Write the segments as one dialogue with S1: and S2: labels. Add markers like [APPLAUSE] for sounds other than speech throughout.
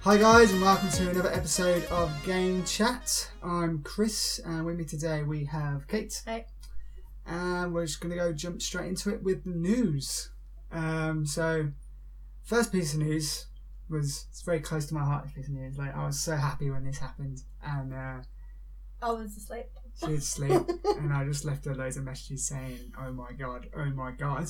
S1: Hi guys and welcome to another episode of Game Chat. I'm Chris and with me today we have Kate.
S2: Hey.
S1: And we're just going to go jump straight into it with the news. Um, so, first piece of news was it's very close to my heart. This piece of news, like I was so happy when this happened, and uh,
S2: I was asleep.
S1: she was asleep, and I just left her loads of messages saying, "Oh my god, oh my god."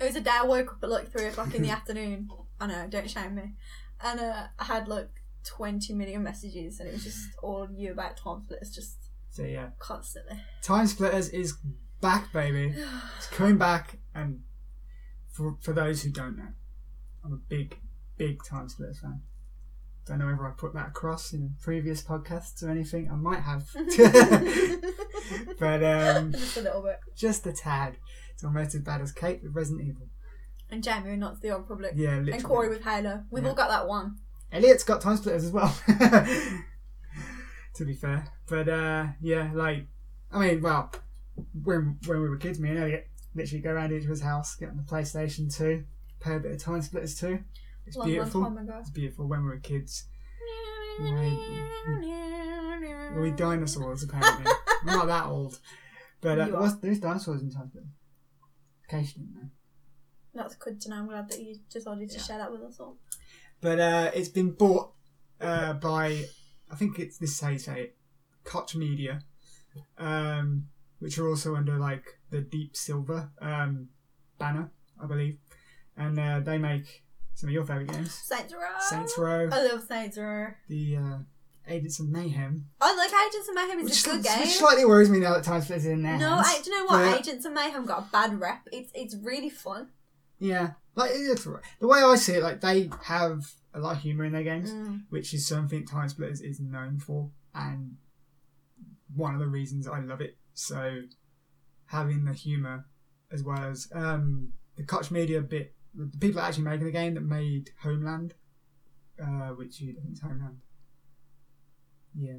S2: It was a day I woke up at like three o'clock in the afternoon. I know, don't shame me. And uh, I had like twenty million messages, and it was just all you about time splitters, just
S1: So yeah, [LAUGHS]
S2: constantly. [SIGHS]
S1: Time Splitters is back, baby. It's coming back, and for for those who don't know, I'm a big, big Time Splitters fan. Don't know whether I put that across in previous podcasts or anything. I might
S2: [LAUGHS]
S1: have, [LAUGHS] but um,
S2: just a little bit.
S1: just a tad. It's almost as bad as Kate with Resident Evil.
S2: And Jamie and not the on public.
S1: Yeah, literally.
S2: And Corey with Halo. We've
S1: Yeah.
S2: all got that one.
S1: Elliot's got time splitters as well. [LAUGHS] to be fair, but uh, yeah, like I mean, well, when when we were kids, me and Elliot literally go around each other's house, get on the PlayStation Two, play a bit of time splitters too. It's
S2: long,
S1: beautiful.
S2: long time ago.
S1: It's beautiful when we were kids. We were dinosaurs
S2: [LAUGHS]
S1: apparently. I'm not that old, but uh,
S2: You are.
S1: what's, there's dinosaurs in time splitters. In case you didn't know.
S2: That's good to know. I'm glad that you decided to share that with us all.
S1: But uh, it's been bought uh, by, I think it's this is how you say it, Koch Media, um, which are also under like the Deep Silver um, banner, I believe, and uh, they make some of your favorite games,
S2: Saints Row.
S1: Saints Row,
S2: I love Saints Row.
S1: the uh, Agents of Mayhem,
S2: I like Agents of Mayhem. It's a good game.
S1: which slightly worries me now that Time Splitters is in there.
S2: No, I, do you know what?
S1: Yeah.
S2: Agents of Mayhem got a bad rep. It's it's really fun.
S1: yeah, like it's alright. the way I see it, like they have a lot of humor in their games. which is something Time Splitters is known for, and one of the reasons I love it. So having the humor as well as um, the Koch Media bit, the people actually making the game that made Homeland, uh, which you- I think is Homeland, yeah,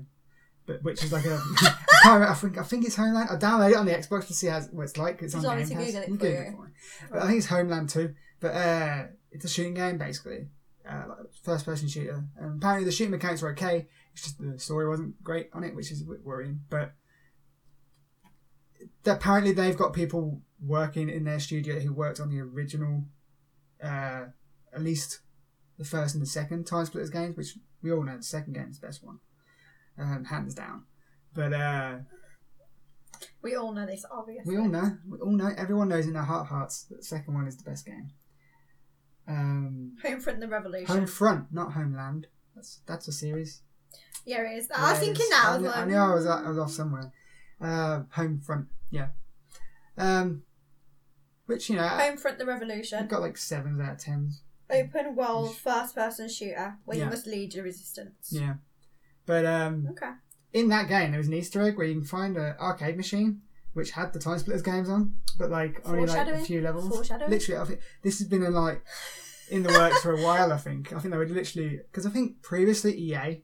S1: but which is like a. [LAUGHS] I, can't remember, I think I think it's Homeland. I downloaded it on the Xbox to see how what it's like. It's on
S2: Do you want me
S1: Game
S2: to
S1: Pass. You
S2: Google it for
S1: Google
S2: you?
S1: it for me. But I think it's Homeland too. But uh, it's a shooting game basically, uh, like first person shooter. And apparently the shooting mechanics were okay. It's just the story wasn't great on it, which is a bit worrying. But apparently they've got people working in their studio who worked on the original, uh, at least the first and the second Time Splitters games, which we all know the second game is the best one, um, hands down. But uh,
S2: We all know this, obviously.
S1: we all know. We all know. Everyone knows in their heart hearts that the second one is the best game. Um,
S2: Home Front the Revolution.
S1: Home Front, not Homeland. That's that's a series.
S2: Yeah, it is. I was
S1: Yeah,
S2: thinking
S1: it's-
S2: that.
S1: I,
S2: I was
S1: knew,
S2: like,
S1: I knew I was, I was off somewhere. Uh, home Front, yeah. Um, which you know, I
S2: Home Front the Revolution.
S1: got like sevens out of tens.
S2: Open world first person shooter where
S1: Yeah.
S2: you must lead your resistance.
S1: Yeah, but um,
S2: Okay.
S1: in that game there was an Easter egg where you can find an arcade machine which had the Time Splitters games on, but like only like a
S2: Foreshadowing?
S1: few levels.
S2: Foreshadowing?
S1: Literally, I think this has been in like in the works for a while. I think I think they were literally because I think previously EA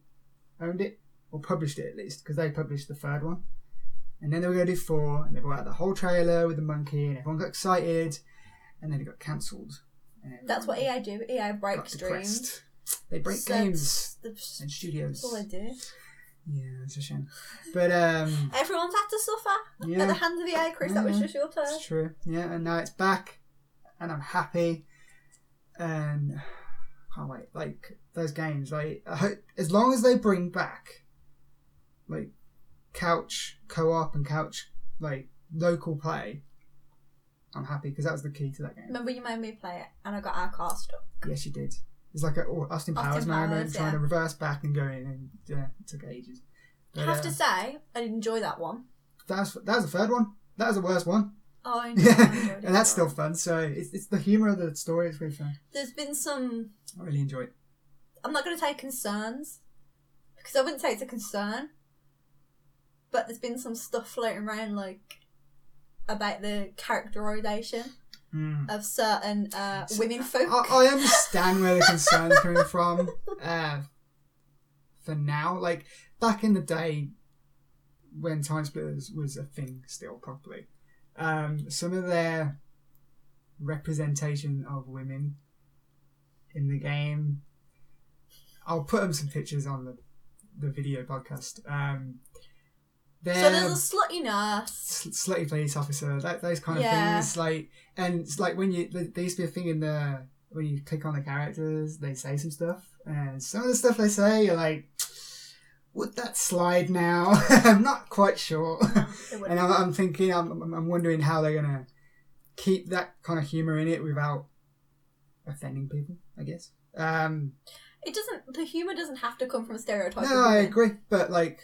S1: owned it or published it at least because they published the third one, and then they were going to do four, and they brought out the whole trailer with the monkey, and everyone got excited, and then it got cancelled. and
S2: That's what
S1: everyone
S2: EA do. E EA
S1: got
S2: breaks dreams.
S1: depressed. They break
S2: So-
S1: games
S2: That's
S1: and studios.
S2: that's all they do.
S1: Yeah, it's a shame, but um.
S2: Everyone's had to suffer at
S1: Yeah,
S2: the hands of EA, Chris. That was
S1: Yeah.
S2: just your turn.
S1: It's true. Yeah, and now it's back, and I'm happy, and [SIGHS] can't wait. Like those games, like I hope as long as they bring back, like couch co-op and couch like local play, I'm happy because that was the key to that game.
S2: Remember you made me play it and I got our car stuck.
S1: Yes, you did. It's like a oh, Austin Powers
S2: Austin
S1: moment,
S2: Powers,
S1: trying
S2: yeah.
S1: to reverse back and going, and yeah, it took ages.
S2: I
S1: But,
S2: have
S1: uh,
S2: to say, I enjoy that one.
S1: that was that was the third one. That was the worst one.
S2: Oh, [LAUGHS] I enjoyed, I
S1: [LAUGHS] Yeah,
S2: enjoyed it.
S1: and that's still fun. So it's, it's the humor of the story is really fun.
S2: There's been some
S1: I really enjoy it.
S2: I'm not going to say concerns because I wouldn't say it's a concern, but there's been some stuff floating around like about the characterization
S1: Hmm.
S2: of certain uh,
S1: So-
S2: women folk.
S1: I, I understand where the concern's coming
S2: [LAUGHS]
S1: from. Uh, for now, like back in the day when Time Splitters was a thing still properly, um, some of their representation of women in the game, I'll put them some pictures on the the video podcast. Um, they're
S2: So there's a
S1: [LAUGHS]
S2: slutty nurse.
S1: sl- slutty police officer, that, those kind of
S2: Yeah.
S1: things. Like, and it's like when you there there used to be a thing in the when you click on the characters, they say some stuff, and some of the stuff they say, you're like, would that slide now? [LAUGHS] I'm not quite sure. [LAUGHS]
S2: It
S1: And
S2: wouldn't-
S1: I'm, uh, I'm thinking, I'm, I'm- I'm wondering how they're gonna keep that kind of humor in it without offending people. I guess. Um,
S2: it doesn't. The humor doesn't have to come from a stereotype.
S1: no,
S2: of
S1: I
S2: women.
S1: agree, but like,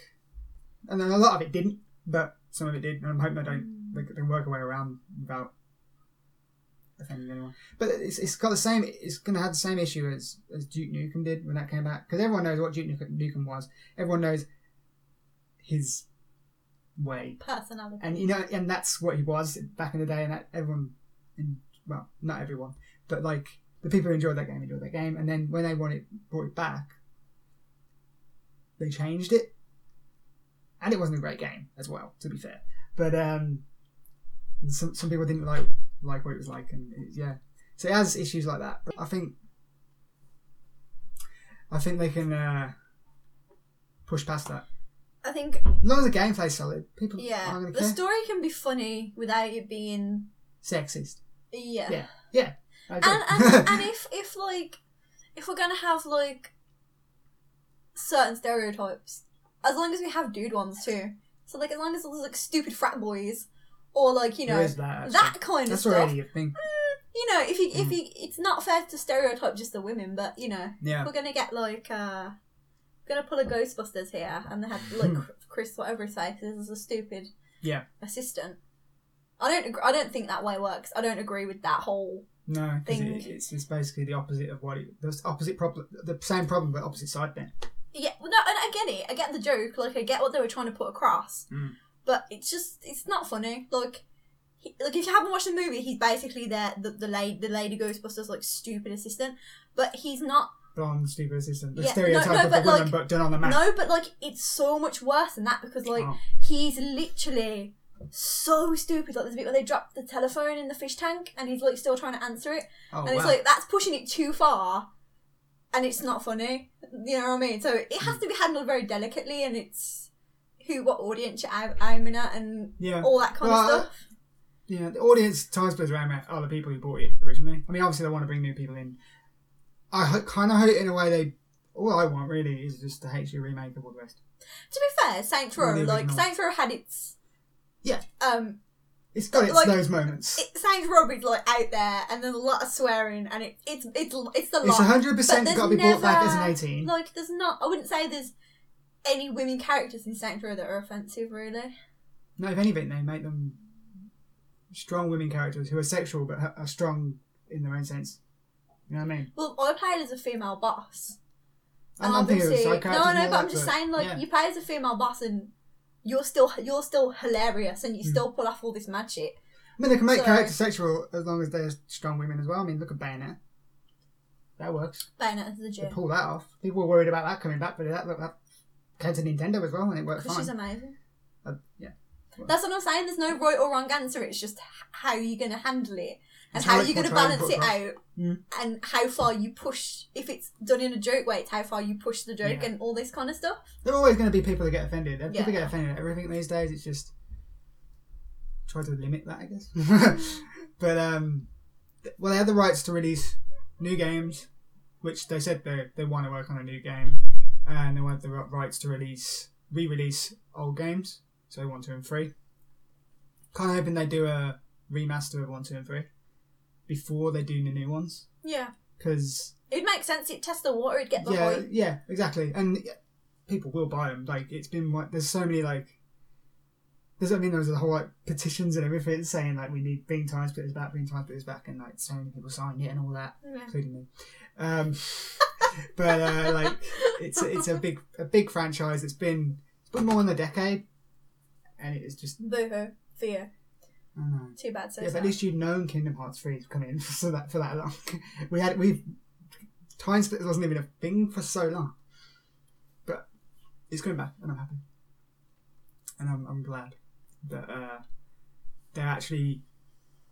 S1: and then a lot of it didn't, but some of it did, and I'm hoping I don't they can work a way around without offending anyone. But it's, it's got the same. It's going to have the same issue as, as Duke Nukem did when that came out because everyone knows what Duke Nukem, Nukem was. Everyone knows his way,
S2: Personality.
S1: and you know, and that's what he was back in the day. And that everyone, and, well, not everyone, but like the people who enjoyed that game enjoyed that game. And then when they want it brought it back, they changed it, and it wasn't a great game as well. To be fair, but um, some some people didn't like like what it was like, and it, yeah, so it has issues like that. But I think I think they can uh, push past that.
S2: I think
S1: As long as the gameplay's solid, people
S2: yeah,
S1: aren't going to
S2: the
S1: care.
S2: story can be funny without it being
S1: Sexist.
S2: yeah.
S1: Yeah. [LAUGHS]
S2: And and, and if if like if we're gonna have like certain stereotypes, as long as we have dude ones too. So like as long as there's like stupid frat boys or like you know
S1: There is that, actually.
S2: that kind
S1: that's
S2: of stuff.
S1: already a thing.
S2: You know, if you if
S1: Mm.
S2: you, it's not fair to stereotype just the women, but you know.
S1: Yeah.
S2: We're gonna get like uh gonna pull a Ghostbusters here and they
S1: [LAUGHS]
S2: had like
S1: Hmm.
S2: Chris whatever his face is as a stupid
S1: Yeah.
S2: assistant. I don't agree, I don't think that way works. I don't agree with that whole
S1: No, because
S2: Thing.
S1: it, it's, it's basically the opposite of what it. The opposite problem, the same problem, but opposite side. Then
S2: Yeah, well, no, and I get it. I get the joke. Like I get what they were trying to put across.
S1: Mm.
S2: But it's just it's not funny. Like he, like if you haven't watched the movie, he's basically there the the lady the lady Ghostbusters like stupid assistant, but he's not
S1: blonde, stupid assistant, the
S2: Yeah, no,
S1: stereotype
S2: no,
S1: of
S2: but
S1: the woman,
S2: like-
S1: but done on the map.
S2: No, but like it's so much worse than that because like
S1: Oh.
S2: he's literally so stupid. Like there's a bit where they drop the telephone in the fish tank and he's like still trying to answer it,
S1: oh
S2: and
S1: wow.
S2: it's like that's pushing it too far, and it's not funny. You know what I mean? So it
S1: Hmm.
S2: has to be handled very delicately, and it's who what audience you're aim- aiming at and
S1: yeah,
S2: all that kind
S1: Well,
S2: of stuff.
S1: yeah. The audience times plays around with are the people who bought it originally. I mean, obviously they want to bring new people in. I ho- kind of hope in a way they. All I want really is just the HD remake of all the rest.
S2: To be fair, Saints
S1: Well,
S2: Row
S1: the
S2: like
S1: original.
S2: Saints Row had its
S1: Yeah.
S2: um
S1: It's got its
S2: Like-
S1: those moments.
S2: it sounds rubbish like out there and there's a lot of swearing and it, it's it's it's the
S1: it's
S2: lot
S1: hundred percent
S2: but
S1: got to be
S2: there's
S1: brought back as
S2: never-
S1: an eighteen.
S2: Like, there's not. I wouldn't say there's any women characters in Saints Row that are offensive, really.
S1: No, if anything, they make them strong women characters who are sexual but ha- are strong in their own sense. You know what I mean?
S2: Well, I played as a female boss.
S1: I'm, I'm thinking of
S2: obviously-
S1: side characters.
S2: No, no,
S1: more
S2: but I'm
S1: like
S2: just
S1: the-
S2: saying, like,
S1: yeah.
S2: you play as a female boss and you're still you're still hilarious and you
S1: Mm.
S2: still pull off all this mad shit.
S1: I mean, they can make
S2: so-
S1: characters sexual as long as they're strong women as well. I mean, look at Bayonetta. That works.
S2: Bayonetta's the
S1: They
S2: gym.
S1: pull that off. People were worried about that coming back, but that, that, that came to Nintendo as well, and it worked
S2: Because she's
S1: fine.
S2: amazing.
S1: Uh, yeah.
S2: That's what I'm saying. There's no right or wrong answer. It's just h- how you're going to handle it and
S1: It's
S2: how
S1: how it
S2: you're going to
S1: portrayed,
S2: balance
S1: put
S2: it
S1: across.
S2: out
S1: Mm.
S2: and how far you push. If it's done in a joke way, it's how far you push the joke
S1: Yeah.
S2: and all this kind of stuff.
S1: There are always going to be people that get offended. and People
S2: Yeah.
S1: get offended at everything these days. It's just try to limit that, I guess. but um, th- well, they had the rights to release new games, which they said they they want to work on a new game, and they want the ri- rights to release re-release old games, so one, two, and three. Kind of hoping they do a remaster of one, two, and three before they do the new ones,
S2: Yeah.
S1: because
S2: It'd make sense. It'd test the water. It'd get the
S1: yeah,
S2: hype.
S1: yeah, exactly. And yeah, people will buy them. Like it's been like there's so many like there's I mean there was a whole like petitions and everything saying like we need being time splitters back, being time splitters back, and like so many people signed it and all that, including me. Um, but uh, like it's it's a big a big franchise. It's been it's been more than a decade, and it is just
S2: Boohoo. Fear.
S1: I don't know.
S2: Too bad. So
S1: Yeah, but
S2: sad.
S1: at least you'd known Kingdom Hearts three was coming [LAUGHS] for that for that long. We had we time splitters wasn't even a thing for so long, but it's coming back, and I'm happy, and I'm, I'm glad that uh, they're actually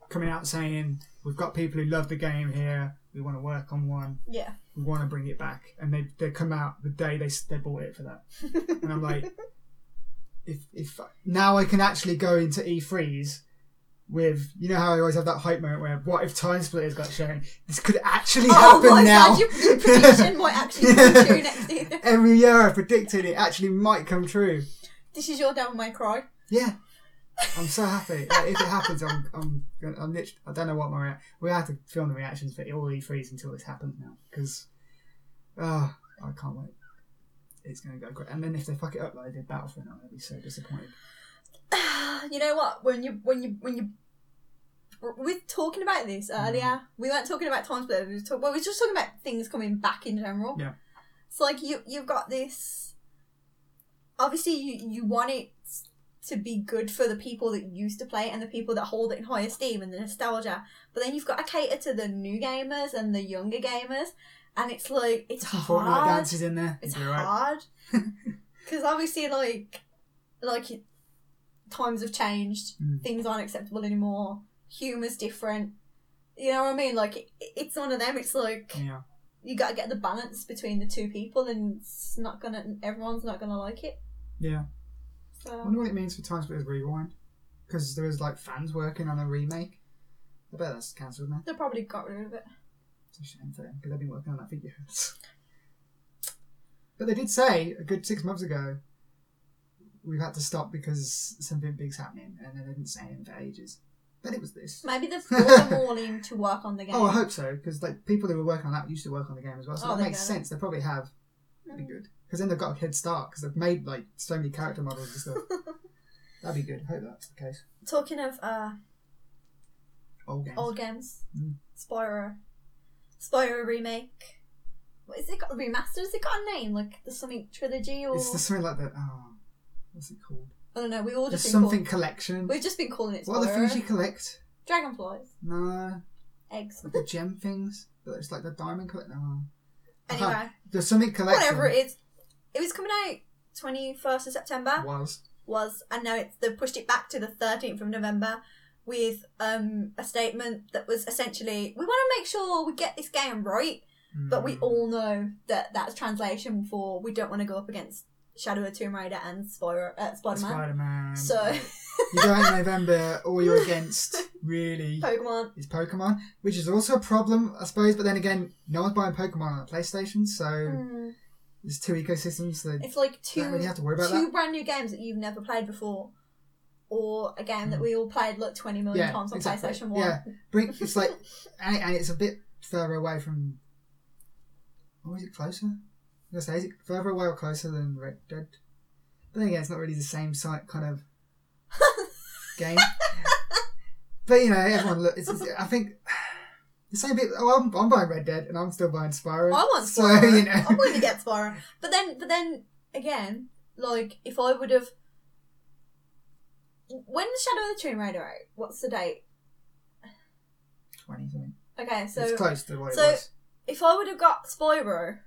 S1: coming out saying we've got people who love the game here. We want to work on one.
S2: yeah.
S1: want to bring it back, and they they come out the day they s- they bought it for that, and I'm
S2: [LAUGHS]
S1: like, if if now I can actually go into E3s with you know how I always have that hype moment where what if Time Splitters got shown? This could actually [LAUGHS]
S2: oh
S1: happen
S2: my
S1: now.
S2: god, your, your prediction might actually come true next year.
S1: [LAUGHS]
S2: [LAUGHS]
S1: Every year I predicted it actually might come true.
S2: This is your Devil May Cry. [SIGHS]
S1: Yeah. I'm so happy. Like, if it happens, I'm, I'm, gonna- I'm literally, I don't know what my, rea- we have to film the reactions for all E3s until this happens now, because, ah, I can't wait. It's going to go great. And then if they fuck it up like they did Battlefront, I'm going to be so disappointed.
S2: you know what? When you when you when you we're talking about this
S1: Mm.
S2: earlier. We weren't talking about time splitters. We were talk, well, we were just talking about things coming back in general.
S1: Yeah.
S2: So like you you've got this. Obviously, you you want it to be good for the people that used to play it and the people that hold it in high esteem and the nostalgia. But then you've got to cater to the new gamers and the younger gamers, and it's like it's
S1: Some Fortnite
S2: hard.
S1: dances in there.
S2: It's
S1: You'll be all right. [LAUGHS]
S2: hard because obviously, like, like it- times have changed.
S1: Mm.
S2: Things aren't acceptable anymore. Humor's different. You know what I mean? Like, it, it's one of them. It's like
S1: Yeah.
S2: you got to get the balance between the two people, and it's not gonna. Everyone's not gonna like it.
S1: Yeah. I
S2: So
S1: wonder what it means for Time Splitters Rewind, because there was like fans working on a remake. I bet that's cancelled now.
S2: they probably got rid of it.
S1: It's a shame for them because they've been working on that for years. [LAUGHS] but they did say a good six months ago, we've had to stop because something big's happening, and then they didn't say anything for ages. But it was this.
S2: Maybe they've
S1: [LAUGHS]
S2: brought them all in to work on the game.
S1: Oh, I hope so because like people who were working on that used to work on the game as well, so
S2: Oh,
S1: that
S2: there
S1: makes
S2: you go.
S1: sense. They probably have. That'd be good because then they've got a head start because they've made like so many character models and stuff.
S2: [LAUGHS]
S1: That'd be good. I hope that's the case.
S2: Talking of uh,
S1: Old games.
S2: old games,
S1: Mm.
S2: Spyro, Spyro remake. What is it got? Remastered? Has it got a name? Like the something trilogy or
S1: It's just something like that. Oh, what's it called?
S2: I don't know. We all
S1: There's
S2: just been
S1: something
S2: Call-
S1: collection.
S2: we've just been calling it
S1: What are the things you
S2: Spyro.
S1: collect?
S2: Dragonflies,
S1: No.
S2: eggs.
S1: like the gem things, but it's like the diamond collection. No.
S2: Anyway,
S1: There's something collection.
S2: whatever it is, it was coming out twenty first of September
S1: was.
S2: was, and now it's they pushed it back to the thirteenth of November with um a statement that was essentially we want to make sure we get this game right. But we
S1: Mm.
S2: all know that that's translation for we don't want to go up against Shadow of Tomb Raider and Spoiler, uh,
S1: Spider-Man.
S2: Spider-Man. So [LAUGHS]
S1: you go in November, all you're against
S2: [LAUGHS]
S1: really
S2: Pokemon,
S1: is Pokemon, which is also a problem, I suppose. But then again, no one's buying Pokemon on the PlayStation, so
S2: mm,
S1: there's two ecosystems. So they
S2: it's like two
S1: don't really have to worry about
S2: two
S1: that.
S2: brand new games that you've never played before, or a game that we all played like twenty million
S1: Mm. Yeah,
S2: times on
S1: exactly.
S2: PlayStation One.
S1: Yeah.
S2: [LAUGHS]
S1: Bring, it's like, and, and it's a bit further away from. Or is it closer? I was gonna say, is it further away or closer than Red Dead? But then again, it's not really the same site kind
S2: [LAUGHS]
S1: of game. but you know, everyone. Look, it's, it's- I think [SIGHS] the same people. Oh, I'm, I'm buying Red Dead, and I'm still buying Spyro.
S2: I want
S1: So
S2: Spyro.
S1: you know,
S2: I wanted to get Spyro, but then, but then again, like if I would have, when the Shadow of the Tomb Raider out, what's the date?
S1: [LAUGHS] twenty something.
S2: Okay,
S1: it's
S2: so
S1: close to what
S2: so-
S1: it was.
S2: if I would have got Spyro,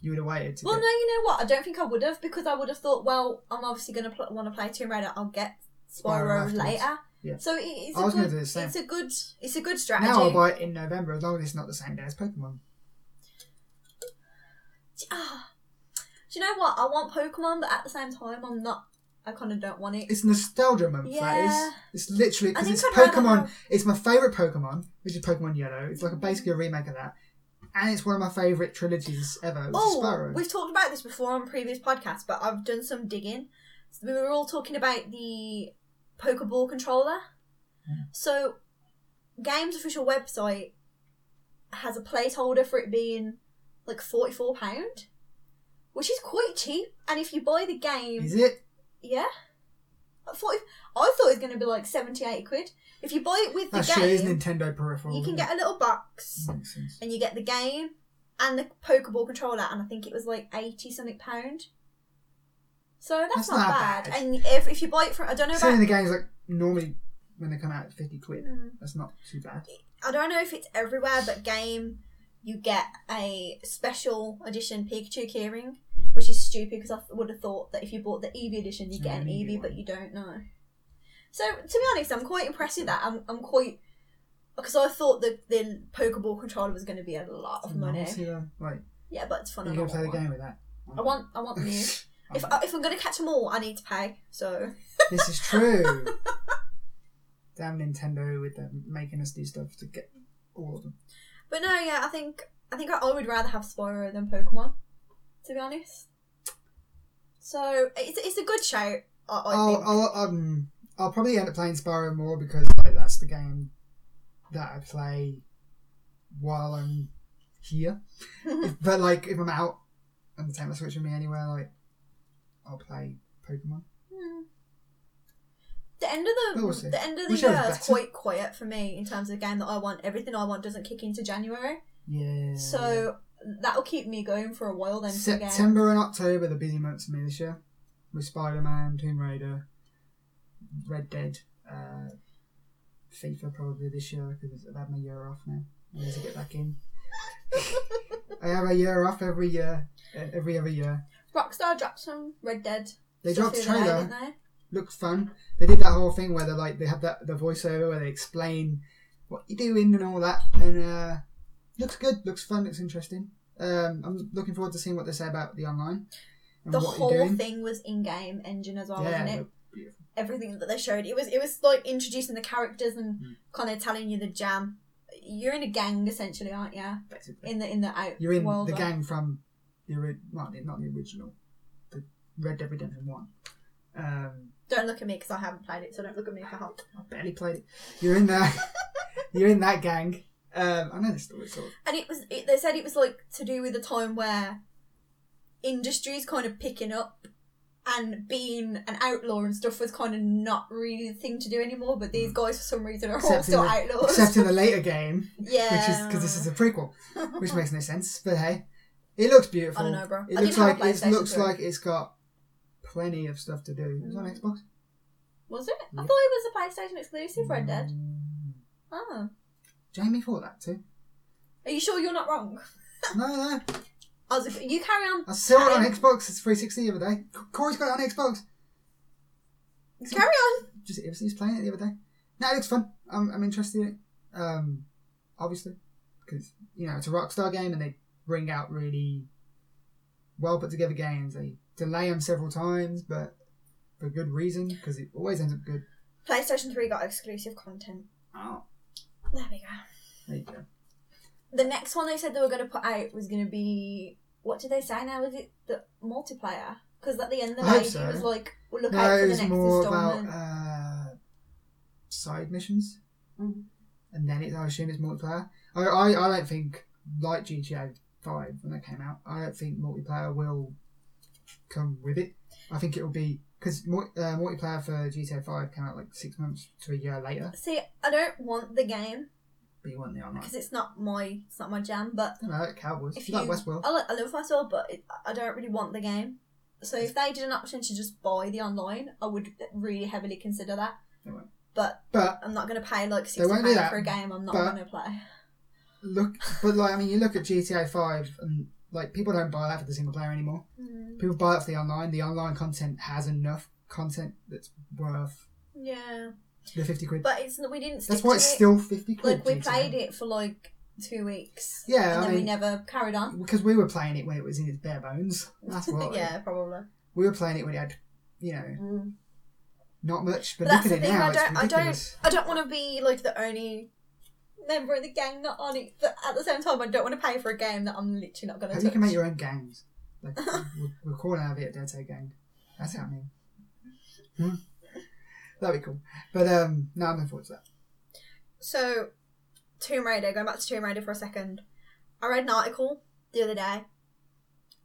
S1: You would have waited to
S2: Well,
S1: get.
S2: no, you know what? I don't think I would have because I would have thought, well, I'm obviously going to pl- want to play Tomb Raider. I'll get
S1: Spyro
S2: Spyro
S1: afterwards.
S2: later.
S1: Yeah.
S2: So it, it's
S1: I
S2: a
S1: was gonna
S2: good.
S1: do the same.
S2: It's a good. It's a good strategy.
S1: Now I'll buy it in November as long as it's not the same day as Pokemon.
S2: Ah. Do you know what? I want Pokemon, but at the same time, I'm not. I kind of don't want it.
S1: It's nostalgia month.
S2: Yeah.
S1: That is. It's literally
S2: I
S1: because
S2: think
S1: it's
S2: I'd rather
S1: Pokemon.
S2: have-
S1: It's my favorite Pokemon, which is Pokemon Yellow. It's like a,
S2: Mm-hmm.
S1: basically a remake of that, and it's one of my favorite trilogies ever. Which is
S2: Oh,
S1: Spyro.
S2: we've talked about this before on previous podcasts, but I've done some digging. So we were all talking about the Pokeball controller.
S1: Hmm.
S2: So, Games official website has a placeholder for it being like forty four pound, which is quite cheap. And if you buy the game,
S1: Is it?
S2: yeah, At forty. I thought it was going to be like 70, 80 quid. If you buy it with the
S1: That shit is
S2: game,
S1: Nintendo peripheral.
S2: you can
S1: isn't
S2: get a little box
S1: it? Makes sense.
S2: and you get the game and the Pokeball controller, and I think it was like eighty something pound. So that's,
S1: That's
S2: not,
S1: not
S2: bad.
S1: bad.
S2: And if, if you buy it from, I don't know
S1: Some of
S2: about, Hmm.
S1: the games like normally when they come out fifty quid. That's not too bad.
S2: I don't know if it's everywhere, but game you get a special edition Pikachu keyring, which is stupid because I would have thought that if you bought the Eevee edition, you
S1: Yeah,
S2: get an
S1: an Eevee
S2: Eevee, but
S1: one.
S2: you don't know. So to be honest, I'm quite impressed with that. I'm, I'm quite. Because I thought that the Pokeball controller was going to be a lot of money.
S1: Novelty, though. Like,
S2: Yeah, but it's fun.
S1: you're
S2: I
S1: going
S2: want
S1: to play the
S2: one.
S1: game with that.
S2: I
S1: [LAUGHS]
S2: want, I want new. if I, if I'm going to catch them all, I need to pay. So
S1: this is
S2: [LAUGHS]
S1: true. Damn Nintendo with them making us do stuff to get all of them.
S2: But no, yeah, I think I think I, I would rather have Spyro than Pokemon, to be honest. So it's, it's a good show. I, I
S1: I'll,
S2: think.
S1: I'll, um, I'll probably end up playing Spyro more because like that's the game that I play while I'm
S2: [LAUGHS]
S1: here. If- but like if I'm out and take my Switch with me anywhere, like I'll play Pokemon.
S2: Hmm. The end of the
S1: But oh. we'll see.
S2: the end of the
S1: Whichever's
S2: year is
S1: better.
S2: quite quiet for me in terms of the game that I want. Everything I want doesn't kick into January,
S1: Yeah.
S2: so that'll keep me going for a while. Then to get-
S1: September and October are the busy months for me this year with Spider Man, Tomb Raider, Red Dead, uh, FIFA probably this year because I've had my year off now. I need to get back in. I have a year off every year, uh, every other year.
S2: Rockstar dropped some Red Dead.
S1: They
S2: stuff
S1: dropped a
S2: the other day,
S1: trailer,
S2: didn't they?
S1: looked fun. They did that whole thing where they like they have that the voiceover where they explain what you're doing and all that, and uh, looks good, looks fun, looks interesting. Um, I'm looking forward to seeing what they say about the online and
S2: The
S1: what you're
S2: whole
S1: doing.
S2: thing was in-game engine as well,
S1: yeah,
S2: wasn't it?
S1: look beautiful.
S2: everything that they showed. It was it was like introducing the characters and
S1: Mm.
S2: kind of telling you the jam. You're in a gang essentially, aren't you?
S1: basically.
S2: In the in the out
S1: You're in
S2: world
S1: the
S2: of-
S1: gang from the ori- well, not the original, the Red Dead Redemption One. Um,
S2: Don't look at me because I haven't played it, so don't look at me for help.
S1: I barely played it. You're in that. [LAUGHS] you're in that gang. Um, I know the story
S2: [LAUGHS]
S1: sort of.
S2: And it was it, they said it was like to do with a time where industry's kind of picking up. And being an outlaw and stuff was kind of not really the thing to do anymore. But these guys, for some reason, are all
S1: Hmm. Except in
S2: still
S1: the-
S2: outlaws.
S1: Except in the later game,
S2: yeah,
S1: which is because this is a prequel, which makes no sense. But hey, it looks beautiful.
S2: Um. I don't know, bro.
S1: It
S2: I
S1: looks
S2: didn't have
S1: like
S2: a
S1: it
S2: PlayStation
S1: looks
S2: two.
S1: like it's got plenty of stuff to do. It was on
S2: Mm.
S1: Xbox.
S2: was it? I
S1: Yeah.
S2: thought it was a PlayStation exclusive. Red Dead.
S1: Mm.
S2: Oh.
S1: Jamie thought that too.
S2: Are you sure you're not wrong?
S1: No, no.
S2: I was like, you carry on,
S1: I saw it on
S2: Um,
S1: Xbox. It's 360 the other day. C- Corey's got it on Xbox.
S2: carry on.
S1: just ever since playing it the other day. No, it looks fun. I'm, I'm interested in it. Um, obviously, because you know it's a Rockstar game and they bring out really well put together games. They delay them several times, but for good reason because it always ends up good.
S2: PlayStation 3 got exclusive content.
S1: Oh,
S2: There we go.
S1: there you go.
S2: The next one they said they were going to put out was going to be. What did they say now? Was it the multiplayer? Because at the end
S1: I
S2: of the
S1: hope
S2: day,
S1: so.
S2: it was like, we'll look
S1: No,
S2: out for the
S1: it's
S2: next
S1: more about
S2: installment.
S1: uh, side missions,
S2: Mhm.
S1: and then it, I assume it's multiplayer. I, I, I don't think like GTA Five when that came out. I don't think multiplayer will come with it. I think it will be because uh, multiplayer for GTA Five came out like six months to a year later.
S2: See, I don't want the game
S1: But you weren't there online.
S2: because it's not my it's not my jam. But
S1: I don't know, like Cowboys,
S2: if you, Oh.
S1: like Westworld.
S2: I, lo- I love myself, but it, I don't really want the game. So if they did an option to just buy the online, I would really heavily consider that.
S1: They won't.
S2: But
S1: But
S2: I'm not going to pay like
S1: They
S2: sixty
S1: won't do
S2: pounds
S1: that,
S2: for a game I'm not
S1: but-
S2: going to play.
S1: look, but like I mean, you look at GTA Five and like people don't buy that for the single player anymore.
S2: Mm,
S1: People buy it for the online. The online content has enough content that's worth
S2: Yeah,
S1: the fifty quid.
S2: but it's we didn't. Stick
S1: That's why
S2: to
S1: it's
S2: it.
S1: still fifty quid.
S2: like we
S1: GTA.
S2: played it for like two weeks.
S1: Yeah, I
S2: and then we
S1: mean-
S2: never carried on.
S1: because we were playing it when it was in its bare bones. That's
S2: [LAUGHS]
S1: what.
S2: yeah, probably. Mm.
S1: We were playing it when it had, you know, not much. But,
S2: But that's
S1: look
S2: the
S1: at it
S2: thing.
S1: now.
S2: I don't.
S1: it's
S2: I
S1: ridiculous.
S2: don't. I don't want to be like the only member of the gang not on it. But at the same time, I don't want to pay for a game that I'm literally not going
S1: How
S2: to.
S1: do you can make your own gangs? Like
S2: [LAUGHS]
S1: we're, we're calling out of it a Dead Take Gang. That's what I mean. Hmm. That'd be cool. But um, no, I'm looking forward to that.
S2: So, Tomb Raider, going back to Tomb Raider for a second. I read an article the other day.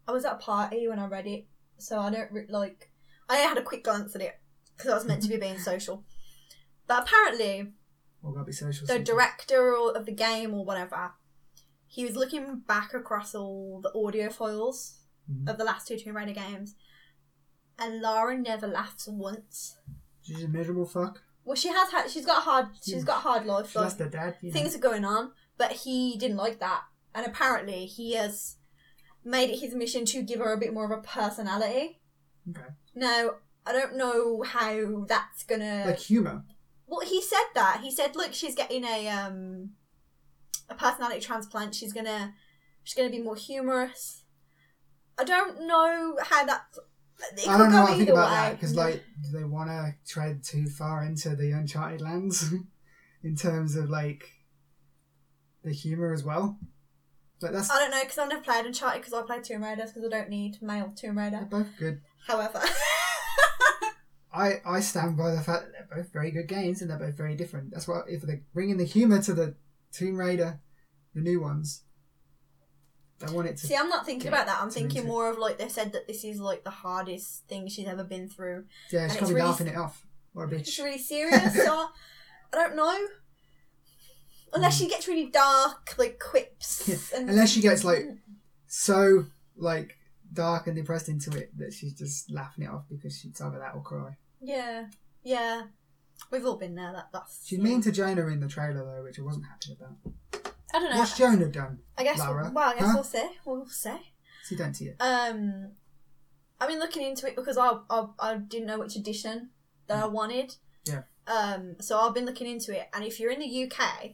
S2: I was at a party when I read it, so I don't re- like. I had a quick glance at it because I was meant to be being social. But apparently,
S1: Well, gotta be social.
S2: the
S1: sometimes.
S2: director or- of the game or whatever, he was looking back across all the audio files
S1: Mhm.
S2: of the last two Tomb Raider games, and Lara never laughs once.
S1: She's a miserable fuck.
S2: Well, she has. Ha- she's got a hard. She's got a hard life.
S1: She
S2: like-
S1: lost her dad. You know.
S2: things are going on, but he didn't like that. And apparently, he has made it his mission to give her a bit more of a personality.
S1: Okay.
S2: Now, I don't know how that's gonna.
S1: Like humor.
S2: well, Well, he said that. He said, "Look, she's getting a um, a personality transplant. She's gonna, she's gonna be more humorous." I don't know how that. It
S1: I don't know
S2: could go
S1: what I think
S2: either
S1: about
S2: way.
S1: that because, like, do they want to tread too far into the uncharted lands [LAUGHS] in terms of like the humor as well? Like that's
S2: I don't know because I've never played Uncharted because I played Tomb Raider because I don't need male Tomb
S1: they're
S2: Raider.
S1: both good.
S2: However, [LAUGHS]
S1: I I stand by the fact that they're both very good games and they're both very different. That's why if they're bringing the humor to the Tomb Raider, the new ones, they want it to.
S2: see, I'm not thinking about that. I'm
S1: It's amazing.
S2: thinking more of like they said that this is like the hardest thing she's ever been through.
S1: yeah,
S2: it's
S1: she's probably
S2: really-
S1: laughing it off. What a
S2: It's
S1: bitch. [LAUGHS]
S2: really serious. so I don't know. Unless she gets really dark, like quips. And Mm,
S1: Unless she gets like so like dark and depressed into it that she's just laughing it off because she's either that or cry.
S2: Yeah, yeah. We've all been there. That that's.
S1: She's mean to Jonah in the trailer though, which I wasn't happy about.
S2: I don't know.
S1: What's Jonah done?
S2: I guess.
S1: Lara?
S2: Well, I guess
S1: Huh?
S2: we'll see. We'll see.
S1: So you don't see it.
S2: Um, I mean, looking into it because I I, I didn't know which edition that I wanted.
S1: Yeah.
S2: Um, so I've been looking into it, and if you're in the UK,